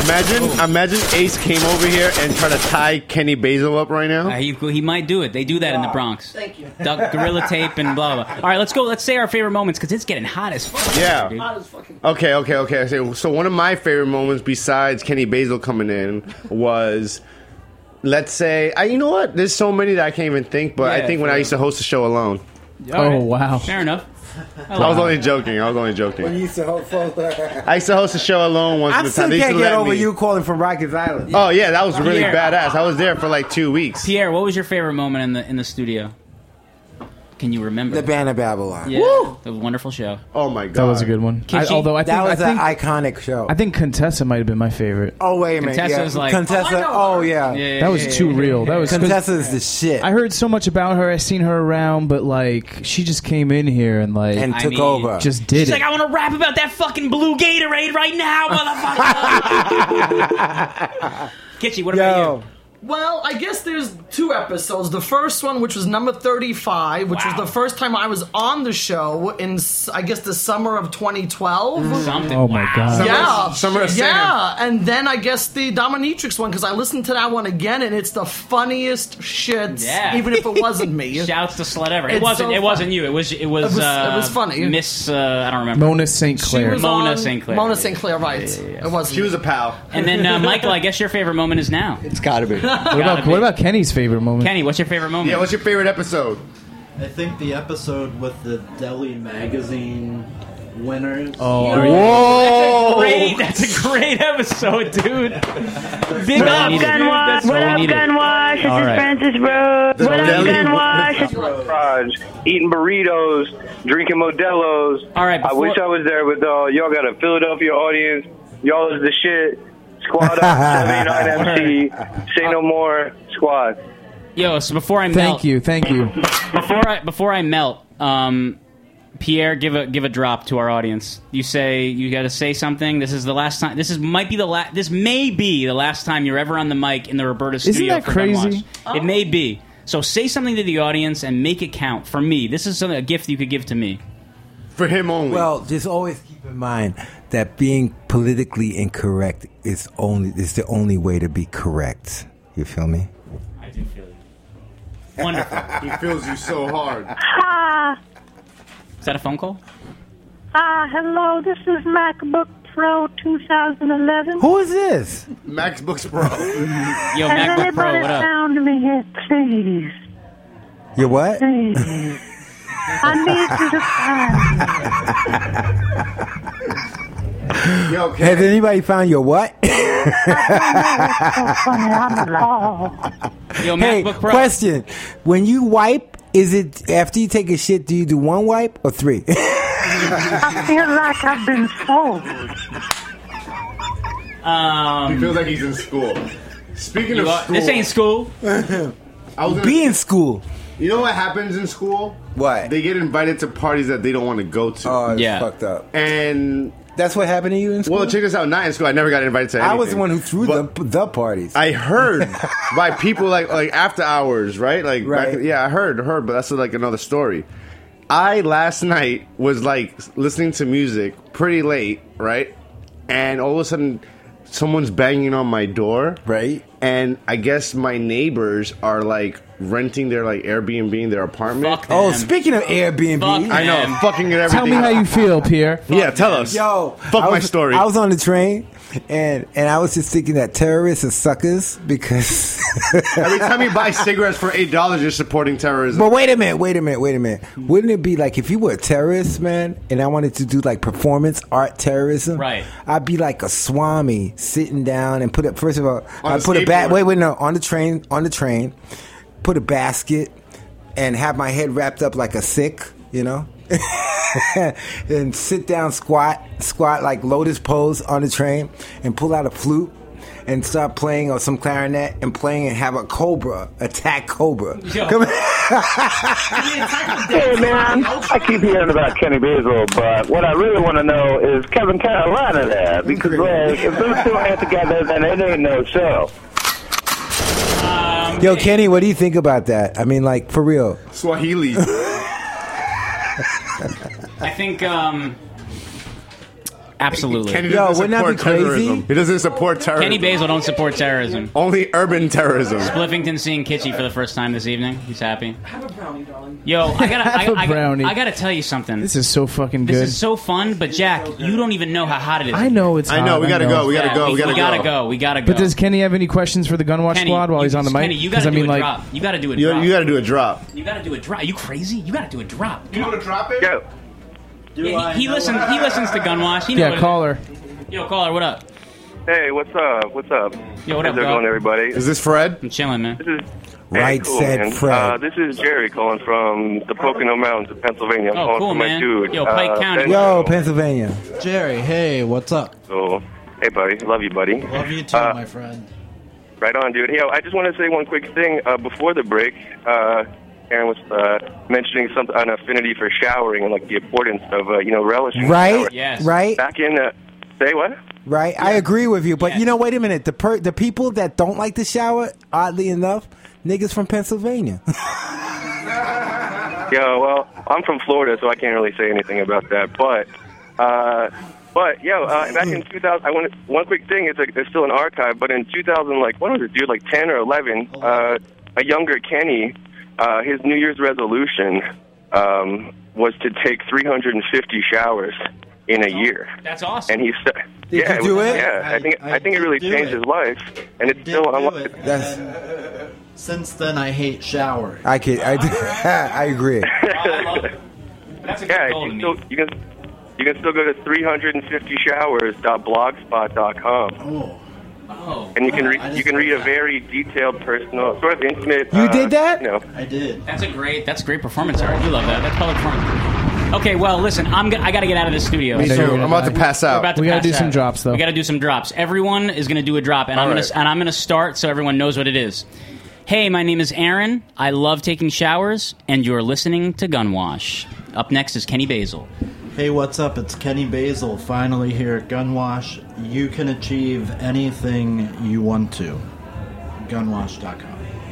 Imagine, imagine Ace came over here and tried to tie Kenny Basil up right now. Uh, he, he might do it. They do that in the Bronx. Thank you. Duck, gorilla tape and blah blah. All right, let's go. Let's say our favorite moments because it's getting hot as fuck. Yeah. dude. Okay, okay, okay. I say- So one of my favorite moments besides Kenny Basil coming in was, let's say, I, you know what? There's so many that I can't even think. But I Yeah, think when I fair. used to host a show alone, Oh wow. Fair enough. I was only joking. I was only joking. used to host. I used to host a show alone once. I upon a still time. They used can't to get let over me- you calling from Rikers Island. Oh yeah, that was really Pierre. badass. I was there for like two weeks. Pierre, what was your favorite moment in the in the studio? Can you remember? The Band of Babylon. Yeah, the wonderful show. Oh my god, That was a good one. I, although I think, that was I think, an iconic show. I think Contessa might have been my favorite. Oh wait a minute, Contessa's yeah. like- Contessa. Oh, yeah. That was too real. That was 'cause Contessa's the shit. I heard so much about her. I seen her around, but like she just came in here and like And I took mean- over. Just did She's it. like, I want to rap about that fucking blue Gatorade right now, motherfucker. Kitchy, what about you? Well, I guess there's two episodes. The first one, which was number 35, which was the first time I was on the show in, s- I guess, the summer of 2012. Mm. Something. Oh my god. yeah, Summer of Sam. yeah, and then I guess the Dominatrix one because I listened to that one again and it's the funniest shit. Yeah. even if it wasn't me. Shouts to slut ever. It It's wasn't. so it fun. wasn't you. It was. It was. It was- it uh, was funny. Miss. Uh, I don't remember. Mona St. She Clair. was Mona St. Clair. Mona St. Clair, right? It was. She was a pal. And then uh, Michael, I guess your favorite moment is now. It's gotta be. What about what about Kenny's favorite moment? Kenny? What's your favorite moment? Yeah, what's your favorite episode? I think the episode with the Deli magazine winners. Oh, That's a great. That's a great episode, dude. Big What up, up, Gunwash. What up, Gunwash? This All is right. Francis Rhodes. What up, Deli- Raj, eating burritos, drinking Modelo's. All right, I wish I was there with uh, y'all. Got a Philadelphia audience. Y'all is the shit. Squad up, 79 MC. Say no more. Squad. Yo, so before I melt, Thank you, thank you. before I before I melt, um, Pierre, give a give a drop to our audience. You say you got to say something. This is the last time. This is might be the last. This may be the last time you're ever on the mic in the Roberta Isn't studio. that for Gunwash. crazy? It may be. So say something to the audience and make it count. For me, this is something, a gift you could give to me. For him only. Well, just always keep in mind that being politically incorrect is only is the only way to be correct. You feel me? I do feel you. Wonderful. he feels you so hard. Ah, Is that a phone call? ah, hello. This is MacBook Pro 2011. Who is this? MacBooks Pro. Yo, Has anybody found me yet, please? You what? Please. I need you to find me. Has anybody found your what? Yo, hey, MacBook Pro. question: When you wipe, is it after you take a shit? Do you do one wipe or three? I feel like I've been sold. Um, he feels like he's in school. Speaking You of are- school, this ain't school. I was gonna- Be in school. You know what happens in school? What? They get invited to parties that they don't want to go to. Oh, it's Yeah. fucked up. And that's what happened to you in school. Well, check this out. Not in school. I never got invited to. Anything. I was the one who threw the the parties. I heard by people like like after hours, right? Like Right. back- yeah, I heard, heard, but that's like another story. I last night was like listening to music pretty late, right? And all of a sudden someone's banging on my door, right? And I guess my neighbors are like renting their like Airbnb in their apartment. Oh, speaking of Airbnb, I know, I'm fucking at everything. Tell me how you feel, Pierre. yeah, tell us. Yo, fuck I my was- story. I was on the train, and and I was just thinking that terrorists are suckers because. Every time you buy cigarettes for eight dollars, you're supporting terrorism. But wait a minute, wait a minute, wait a minute. Wouldn't it be like if you were a terrorist, man, and I wanted to do like performance art terrorism? Right. I'd be like a swami sitting down and put up. First of all, On I the put a bat. skateboard. Wait, wait, no, on the train, on the train, put a basket and have my head wrapped up like a sick, you know. and sit down, squat, squat like lotus pose on the train, and pull out a flute and start playing or some clarinet and playing and have a cobra attack cobra. Come Hey man, I keep hearing about Kenny Basil, but what I really want to know is Kevin Carolina there because like if those two ain't together, then it ain't no show. Yo, Kenny, what do you think about that? I mean, like for real. Swahili. I think. um Absolutely. Kenny doesn't support terrorism. He doesn't support terrorism. Kenny Basil don't support terrorism. Only urban terrorism. Spliffington seeing Kitschy for the first time this evening. He's happy. Yo, I gotta, I, Have a I- I- brownie. I gotta tell you something. This is so fucking This good. is so fun, but Jack, you don't even know how hot it is. I know it's I know, hot, we I gotta know. go, we gotta go, we we gotta gotta go. go. We gotta go. But does Kenny have any questions for the Gunwatch Kenny, Squad while you- he's on the mic? Kenny, you gotta 'Cause, I do mean, a like, drop. You gotta do a You, drop. you got to do a drop. You gotta do a drop. Are you crazy? You gotta do a drop. You want to drop it? Go. Yeah, he, he listens. He listens to Gunwash. He knows yeah, what it call her. is. Yo, caller, what up? Hey, what's up? What's up? Yo, what How's up, it dog? going, everybody? Is this Fred? I'm chilling, man. This is Hey, Right cool, said man. Fred. Uh, this is Jerry calling from the Pocono Mountains of Pennsylvania. I'm Oh, calling cool, for man. my dude. Yo, uh, Ben. Yo, Pennsylvania. Jerry, hey, what's up? So, hey, buddy. Love you, buddy. Uh, Love you too, my friend. Right on, dude. Hey, I just want to say one quick thing. Uh, before the break, uh, Aaron was uh, mentioning something on affinity for showering and like the importance of uh, you know relishing. Right, showering. Yes. right. Back in, uh, say what? Right? I agree with you, but you know, wait a minute. The per- the people that don't like to shower, oddly enough, niggas from Pennsylvania. Yeah, well, I'm from Florida, so I can't really say anything about that. But, uh, but yo, uh, back in 2000, I want one quick thing. It's like it's still an archive, but in 2000, like what was it, dude? Like 10 or 11, uh, a younger Kenny, uh, his New Year's resolution um, was to take 350 showers in a year. That's awesome. And he said, Did "Yeah, you do was- it? Yeah, I, think I, think it really do changed it. his life, and it's still on. That's- Since then, I hate showers. I could, I, I agree. yeah, you, can still, you can you can still go to 350showers.blogspot.com. Oh. And you can Ah, I read you just can read a heard very detailed, personal, sort of intimate. uh, You did that? You know, I did. That's a great. That's great performance art. You love that. That's public performance. Okay, well, listen, I'm gonna, I gotta get out of this studio. Me too. I'm about to pass out. We're about to We gotta pass do some out. drops, though. We gotta do some drops. Everyone is gonna do a drop, and All I'm right. gonna and I'm gonna start so everyone knows what it is. Hey, my name is Aaron. I love taking showers, and you're listening to Gunwash. Up next is Kenny Basil. Hey, what's up? It's Kenny Basil, finally here at Gunwash. You can achieve anything you want to. Gunwash.com.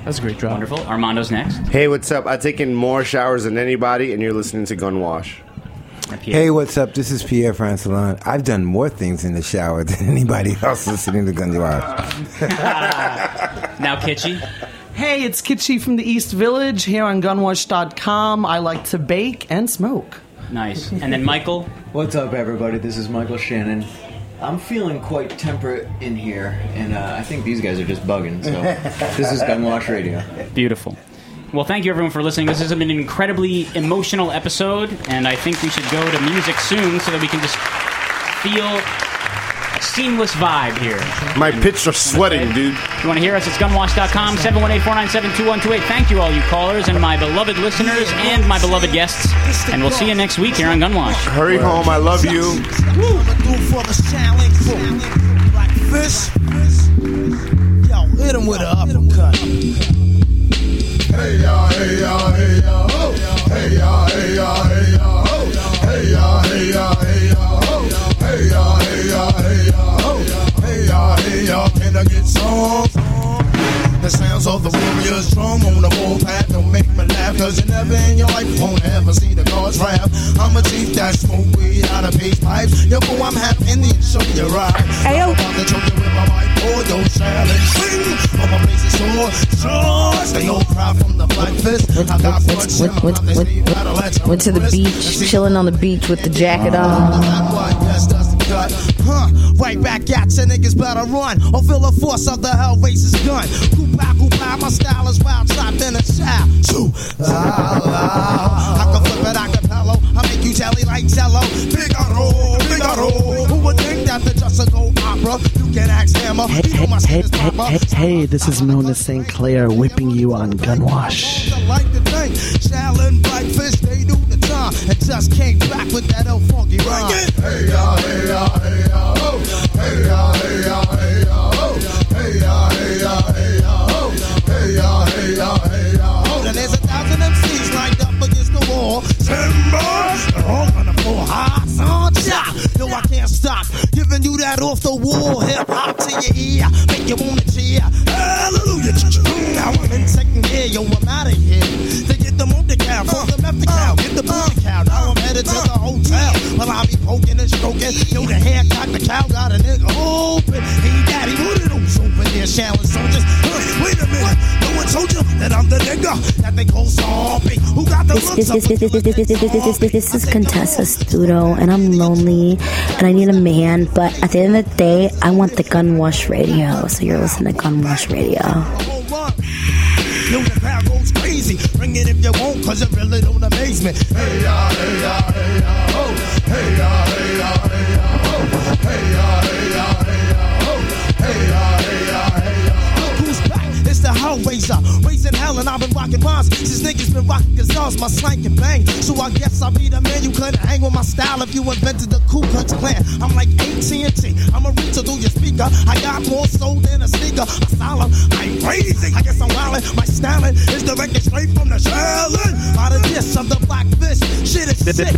That's a great drop. Wonderful. Armando's next. Hey, what's up? I've taken more showers than anybody, and you're listening to Gun Wash. Hey, what's up? This is Pierre Francelon. I've done more things in the shower than anybody else listening to Guns N' Roses. Now, Kitschy. Hey, it's Kitschy from the East Village here on gunwash.com. I like to bake and smoke. Nice. And then Michael. What's up, everybody? This is Michael Shannon. I'm feeling quite temperate in here, and uh, I think these guys are just bugging. So this is Gunwash Radio. Beautiful. Well, thank you everyone for listening. This has been an incredibly emotional episode, and I think we should go to music soon so that we can just feel a seamless vibe here. My pits are sweating, dude. If you want to hear us, it's gunwash.com, 718-497-2128. Thank you all you callers and my beloved listeners and my beloved guests, and we'll see you next week here on Gunwash. Hurry home, I love you. Woo. Like fish. Yo, hit him with an uppercut. Hey y'all, hey y'all, hey y'all, ho. Hey y'all, hey y'all, hey y'all, ho. Hey y'all, hey y'all, hey y'all, ho. Hey y'all, hey y'all, hey y'all, ho. Hey y'all, hey y'all, can I get some? The sounds of the warrior's drum on the warpath don't make me laugh Cause you never in your life won't ever see the guards rap I'm a chief that smoke weed out of peace pipes Yo, boo, I'm half Indian, show your eyes I'm about to choke you with my white boy, yo, salad Sing on my blazing sword, swords They all cry from the black fist I got blood, shot, Went, went, went, went, went to the beach, chilling on the beach with the jacket on. Yes, that's the cut. Huh, right back at ya niggas better run or feel the force of the hell raises gun. Goodbye, goodbye, my style is wild, trapped in a child. Shoo, la, la. I can flip it a cappello, I make you jelly like jello. Figaro, Figaro, who would think that the just a go opera? You can ask Hammer, Hey, hey, hey, hey, hey, hey, this is Mona St. Clair whipping you on Gunwash. I like to think Shall and Blackfish, they do the time And just came back with that old funky rhyme Hey ya, hey ya, hey ya, oh Hey ya, hey ya, hey ya, oh Hey ya, hey ya, hey ya, oh Hey ya, hey ya, hey ya, oh Then there's a thousand MCs lined up against the wall Timber, they're all on the floor Hot on top, no I can't stop Giving you that off the wall hip hop to your ear Make you wanna cheer Hallelujah, now I'm in second gear, yo I'm out of here To get them on the cow, fuck them at the cow Get the booty cow, now I'm headed to the hotel Well I be poking and stroking Yo the hair got the cow, got a nigga open Hey daddy, what are those over there showering soldiers? Huh, Wait a minute, no one told you that I'm the nigga That they call zombie, who got the This, looks this, of this, this, this, this, this, this, this, this is Contessa Studo, and I'm lonely, and I need a man. But at the end of the day, I want the Gun Wash Radio. So you're listening to Gun Wash Radio. Yo, the crowd goes crazy. Bring it if you want, cause it really don't amaze me. Hey, ya, hey, ya, hey, ya, oh. Hey, ya, hey, ya, hey, ya, oh. Hey, ya, hey, ya, hey, ya, oh. Hey, ya, hey, ya, hey, ya, oh. Look who's back. It's the Hellraiser, raising hell, and I've been rocking rhymes since niggas been rocking gazelles. My slang can bang, so I guess I'll be the man you couldn't hang with my style if you invented the Ku Klux Klan. I'm like AT&T, I'ma reach her through your speaker. I got more soul than a sneaker. I solemn, I ain't crazy. I guess I'm wildin'. My styling is directed straight from the shallin'. By the diss of the blackfish, shit is sick.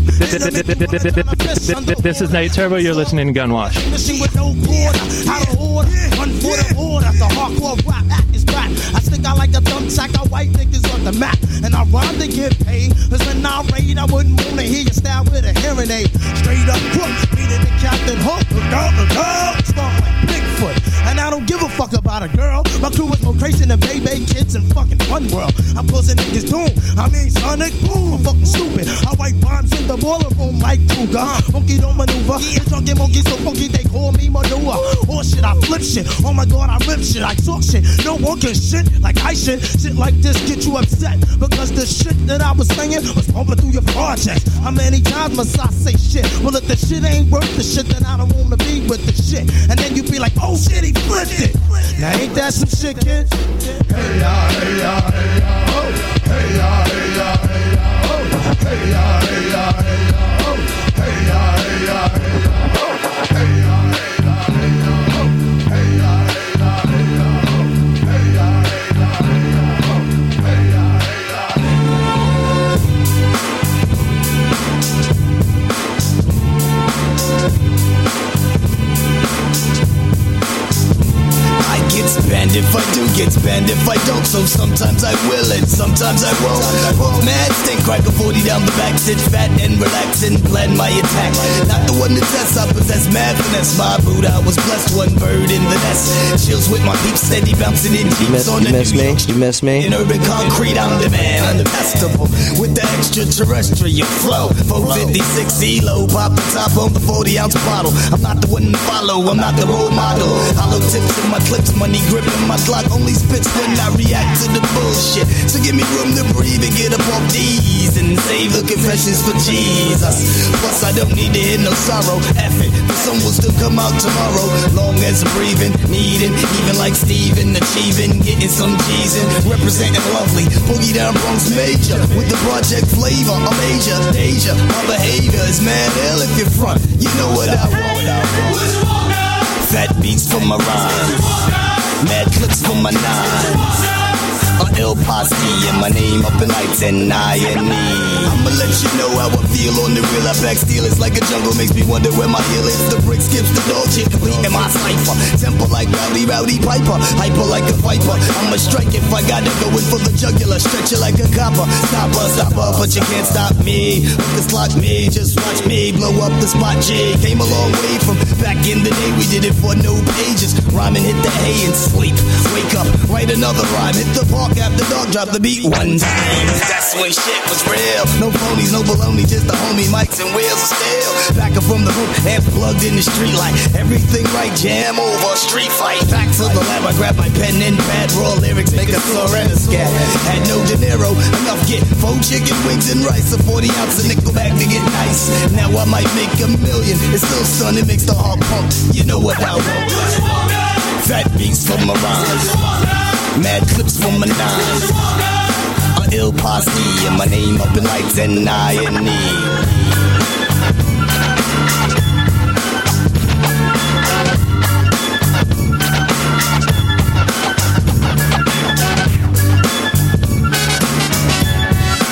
This is Night Turbo. You're listening to Gunwash. Missing with no quarter, out of order, one for the order. The hardcore rap act is back. I think I like a thumbtack. I white niggas on the map, and I rhyme to get paid. Cause when I raid, I wouldn't wanna hear your style with a hearing aid. Straight up crook, meaning the Captain Hook. Look out, look out, Start like Bigfoot, and I don't give a fuck about a girl. My crew is more crazy than Bay Bay kids and fucking Fun World. I'm causing niggas doom. I mean Sonic Boom, I'm fucking stupid. I white bombs in the boiler room like Kruger. Monkey don't maneuver. Yeah. Drunken monkey so funky they call me manure. Oh shit, I flip shit. Oh my god, I rip shit. I talk shit. No one can shit like I should. Shit like this get you upset because the shit that I was saying was pumping through your projects. How many times must I say shit? Well, if the shit ain't worth the shit, then I don't wanna be with the shit. And then you be like, oh shit, he flipped it. Now ain't that some shit, kid? Hey ya, hey ya, hey ya, oh. Hey ya, hey ya, hey ya, oh. Hey ya, hey ya, hey ya, oh. Hey ya, hey ya, hey ya, oh. Hey ya, hey ya, hey ya, oh. Hey ya, hey ya, hey ya, oh. Hey ya, hey ya, hey ya, oh. Hey ya, hey ya, hey ya, oh. I gets banned if I do gets spend if I don't, so sometimes I will and sometimes I won't. Mad stink, crack a 40 down the back, sit fat and relax and plan my attacks. Not the one that tests, I possess mad finesse. My Buddha was blessed, one bird in the nest. Chills with my peeps, steady bouncing in You deeps miss, on the you miss me? You miss me? in urban concrete, I'm the man, I'm the festival with the extraterrestrial flow. 456 ELO, pop the top on the 40 ounce bottle. I'm not the one to follow, I'm not the role model. Hollow tips in my clips, money gripping my Glock. Only spits when I react to the bullshit. So give me room to breathe and get up off these and save the confessions for Jesus. Plus, I don't need to hear no sorrow. F it, the sun will still come out tomorrow. Long as I'm breathing, needing, even like Steven, achieving, getting some G's in. Representing lovely, boogie down Bronx major. With the project flavor, I'm Asia, Asia. My behavior is mad hell if you're front. You know what I want. Fat beats for my rhymes. Mad clips for my nines. A ill posse and my name up in lights and irony. I'ma let you know how I feel on the real. I back steal it's like a jungle, makes me wonder where my heel is. The brick skips the dog shit, complete in my cipher. Temple like rowdy, rowdy piper, hyper like a viper. I'ma strike if I gotta go in for the jugular, stretch it like a copper. Stop her, stop her, but you can't stop me. Hookers lock me, just watch me blow up the spot. G came a long way from back in the day. We did it for no pages, rhyming hit the hay and sleep. Wake up, write another rhyme, hit the park after dog drop the beat one time. That's when shit was real. No phonies, no baloney, just the homie mics and wheels of steel. Back up from the hoop, half plugged in the street light. Everything right, jam over, street fight. Back to the lab, I grab my pen and pad, raw lyrics, make a Florida scat. Had no dinero, enough get four chicken wings and rice, a 40 ounce of nickel back to get nice. Now I might make a million. It's still sun, it makes the heart pump. You know what I want. Fat beats for my rhymes. Mad clips from my nines. A ill posse, and my name up in lights and irony.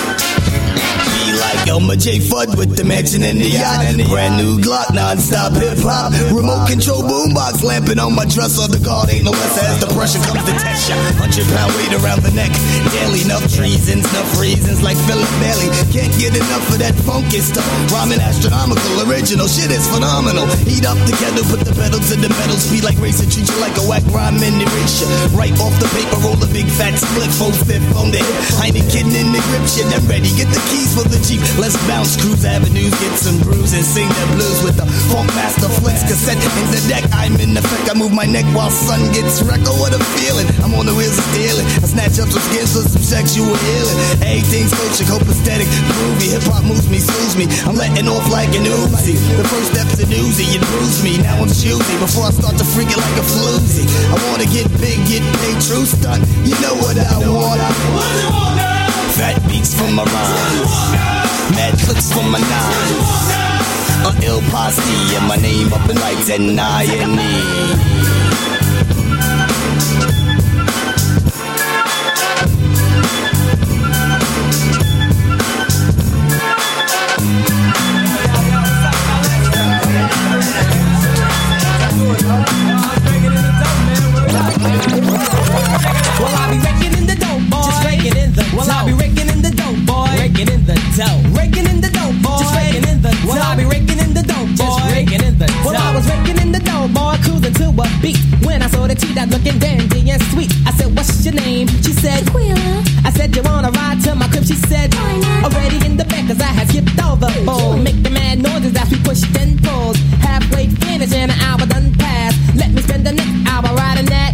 be like Elmer J. Fudd with the mansion and the yacht. Brand new Glock, non-stop hip-hop. Remote control boombox lamping on my dresser. The guard ain't no less as the pressure comes to test ya. Hundred pound weight around the neck. Daily enough treasons, enough reasons like Philip Bailey. Can't get enough of that funky stuff. Rhyming astronomical, original shit is phenomenal. Heat up the kettle, put the pedal to the metal. Speed like racer, treat you like a whack rhyme and erasure. Right off the paper, roll a big fat split, full fifth on the hip. Heineken in the grip, shit, I'm ready. Get the keys for the Jeep. Let's bounce, cruise avenues, get some brews and sing the blues with the funk master flex cassette in the deck. I'm in effect, I move my neck while sun gets wrecked. Oh, what a feeling! I'm on the wheels of stealing. I snatch up some skins for some sexual healing. Everything's culture, cope aesthetic, groovy. Hip hop moves me, soothes me. I'm letting off like an oozy. The first step's a doozy, it bruised me. Now I'm choosy before I start to freak it like a floozy. I wanna get big, get paid, true stunt. You know what I want. Fat beats from my rhymes. Mad clips from my nines. A ill posse, and my name up in lights and irony. E. Well, I be raking in the dough, boy. Just raking in the dough. Well, I be raking in the dough, boy. Raking in the dough. Raking in the dough, boy. Just raking in the dough. Well, I be raking in the dough, boy. Just raking in the dough. Well, I was raking in the dough, boy. Cruising to a beat. When I saw the cheetah looking dandy and sweet, I said, What's your name? She said, Quilla. I said, You wanna ride to my crib? She said, Why not? Already in the back, cause I had skipped over bowl. Make the mad noises as we pushed and pulled. Halfway finished and an hour done passed. Let me spend the next hour riding that.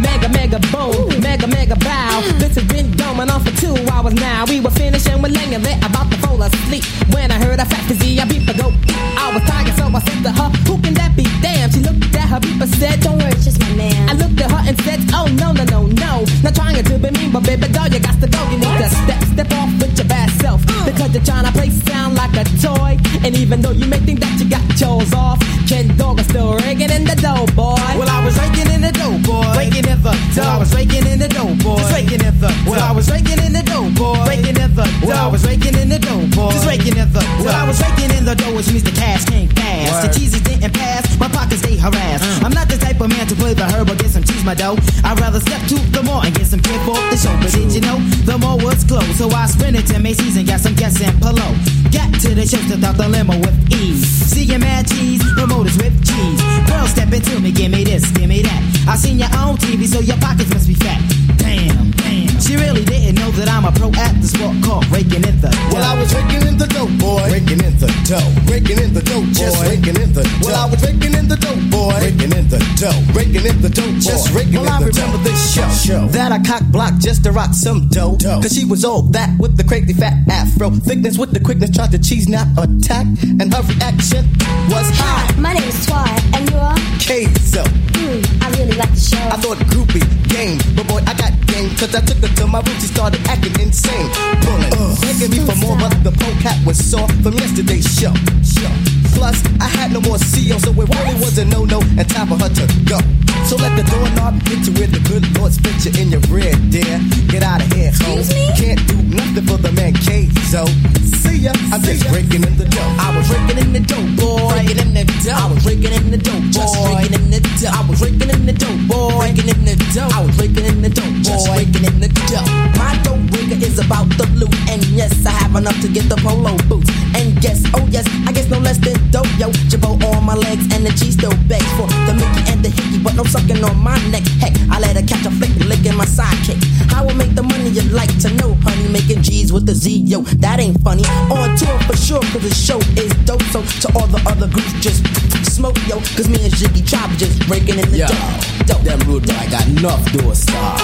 Mega, mega boom, mega, mega bow. This has been going on for two hours now. We were finishing with laying there about to fall asleep. When I heard a fat E I beep go. I was tired, so I said to her, Who can that be? Damn, she looked at her beeper, said, Don't worry, it's just my man. I looked at her and said, Oh, no, no, no, no. Not trying to be mean, but baby doll, you got to go. You need to step, step off with your bad self. Because you're trying to play sound like a toy. And even though you may think that you got yours off, Ken Dog is still ringing in the dough, boy. Well, I was raking in the dough, boy. Raking in the dough. I was raking in the dough, boy. Just raking in the dough. I was raking in the dough, boy. Raking in the in the dough. Well, I was raking in the dough, boy. Just raking in the dough. Well, I was raking in the dough, which means the cash came fast. Word. The cheeses didn't pass, my pockets they harassed. I'm not the type of man to play the herb or get some cheese, my dough. I'd rather step to the mall and get some drip off the show. But did you know the mall was closed? So I sprinted to Macy's and got some gas and polo. Got to the church without the limo with ease. Seeing mad cheese, promoters with cheese. Girl, step into me, give me this, give me that. I seen your on TV, so your pockets must be fat. Damn, damn. She really didn't know that I'm a pro at the sport called raking in the. Well, I was raking in the dough, boy. Raking in the dough. Raking in the dough, boy. Just raking in the dough. Well, I was raking in the dough, boy. Raking in the dough. Raking in the dough, boy. Just raking well, I in the remember dough. this show, that I cock blocked just to rock some dough. Cause she was all that with the crazy fat afro. Thickness with the quickness, tried to cheese not attack. And her reaction was high. My name is Twy, and you are? Queso. I really like the show. I thought groupie, game. But boy, I got game. Cause I took her to my room, she started acting insane. Pulling, begging me for more, but the polecat was sore from yesterday's show. show. Plus, I had no more CO, so it really was a no-no and time for her to go. So let the doorknob hit you with the good Lord spit you in your bread, dear. Get out of here, ho. Can't do nothing for the man K-Zo. See ya, I'm just breaking in the dough. I was breaking in the dough, boy. Breaking in the dough. I was breaking in the dough, boy. Just breaking in the dough. I was breaking in the dough, boy. Breaking in the dough. I was breaking in the dough, boy. Just breaking in the dough. My dough rigger is about the loot, and yes, I have enough to get the polo boots. And yes, oh yes, I guess no less than dope, yo. Jabot on my legs, and the cheese still begs for the Mickey and the Hickey, but no sucking on my neck. Heck, I let her catch a flick, licking my sidekick. I will make the money you like to know, honey. Making G's with the Z, yo, that ain't funny. On tour for sure, cause the show is dope. So to all the other groups, just smoke, yo, cause me and Jiggy Chop just breaking in the Yo, dough. Them rude, I got enough door star.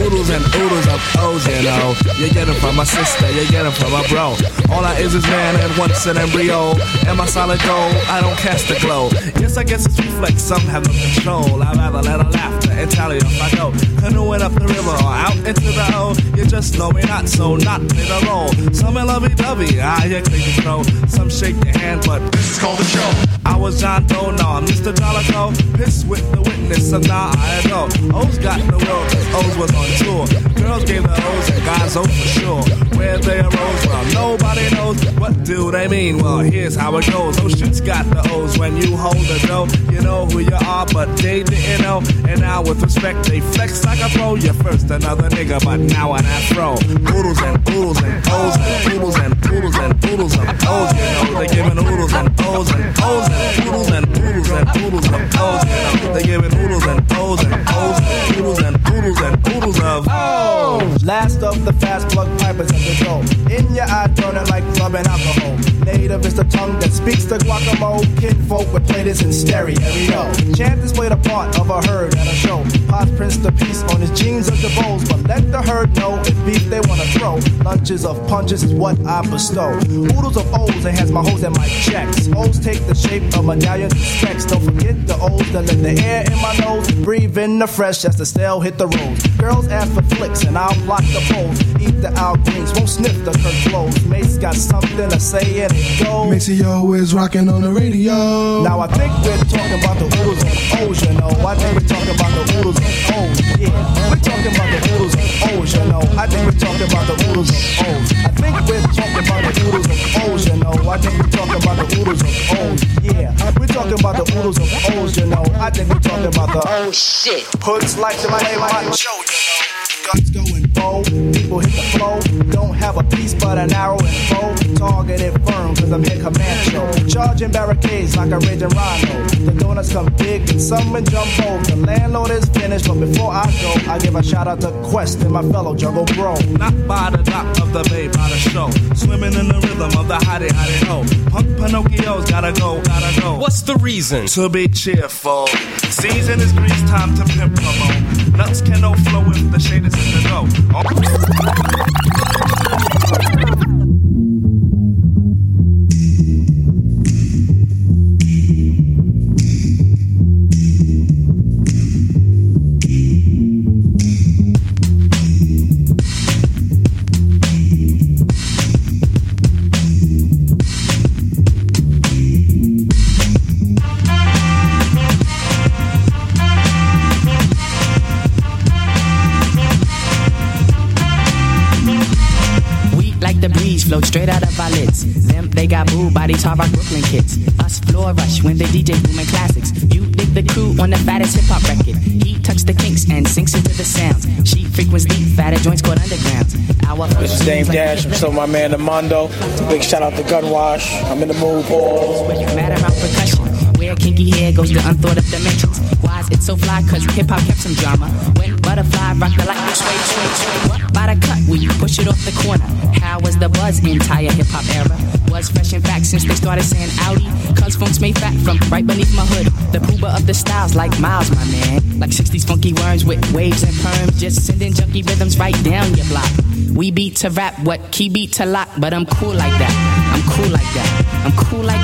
oodles and oodles of O's, you know. You get them from my sister, you get them from my bro. All I is is man and once an embryo. Am I solid gold? I don't cast a glow. Yes, I guess it's reflex, some have no control. I'd rather let her laughter and tally off I go. Canoeing up the river or out into the O. You just know me not, so not play the role. Some in lovey-dovey, ah, you clean the throw. Some shake your hand, but this is called the show. I was John Doe, no, I'm Mr. Jollico. Pissed with the witness, so now I know. O's got the will, 'cause O's was on tour. Girls gave the O's and guys O for sure. Where they arose from, nobody knows. What do they mean? Well, here's how it goes. Oh, shit's got the O's when you hold the dough. You know who you are, but they didn't know. And now with respect, they flex like a pro. You're first another nigga, but now an afro. Oodles and oodles and O's and oodles and oodles and oodles and O's. You know, they giving oodles and O's and O's and oodles and oodles and oodles of O's. You know, they giving oodles and O's and O's and oodles and oodles and oodles of Oh, last of the fast plug pipers at the door. In your eye, burning like club and alcohol. Native is the tongue that speaks the guacamole. Kinfolk would play this in stereo. Chanters played a part of a herd at a show. Pops prints the piece on his jeans of the bowls, but let the herd know if beef they wanna throw. Lunches of punches is what I bestow. Oodles of O's and has my hoes and my checks. O's take the shape of medallions and specs. Don't forget the O's that let the air in my nose. Breathe in the fresh as the stale hit the roads. Girls ask for flicks and I'll block the poles. Eat the out greens, won't sniff the Kirk flows. Mace got something to say and it goes. Maceo is rocking on the radio. Now I think we're talking about the oodles and O's, you know. I think we're talking about the oodles and O's. Yeah, we're talking about the oodles and O's, you know. I think we're talking about the oodles and O's. I think we're talking about the oodles and O's, you know. I think we're talking about the oodles and O's. Yeah, we're talking about the oodles and O's, you know. I think we're talking about the oh shit. Hoods like to play my show, you know. Guns going bold, people hit the flow. Don't have a piece but an arrow and bow. Targeted firm, cause I'm hit Comancho. Charging barricades like a raging rhino. The donuts come big and some in jumbo. The landlord is finished, but before I go, I give a shout out to Quest and my fellow jungle bro. Not by the dock of the bay, by the show. Swimming in the rhythm of the hottie, hottie ho. Punk Pinocchio's gotta go, gotta go. What's the reason? To be cheerful. Season is grease time to pimp promo. Nuts can no flow if the shade is in the dough. Oh. they got booed by these hard rock Brooklyn kids. Us floor rush when the DJ booming classics. You dig the crew on the fattest hip hop record. He tucks the kinks and sinks into the sounds. She frequents the fatter joints called underground. Our This is Dame Dash. I'm still my man, Armando. Big shout out to Gunwash. I'm in the mood, boys. matter about percussion. Where kinky hair goes to unthought of dimensions. Why is it so fly? Cause hip hop kept some drama. When butterfly rock the light, sway, sway, sway. What by the cut? We push it off the corner. How was the buzz entire hip hop era? Was fresh in fact since they started saying Audi. Cause funk's made fat from right beneath my hood. The pooba of the styles like Miles, my man. Like 60s funky worms with waves and perms. Just sending junky rhythms right down your block. We beat to rap, what key beat to lock, but I'm cool like that. I'm cool like that. I'm cool like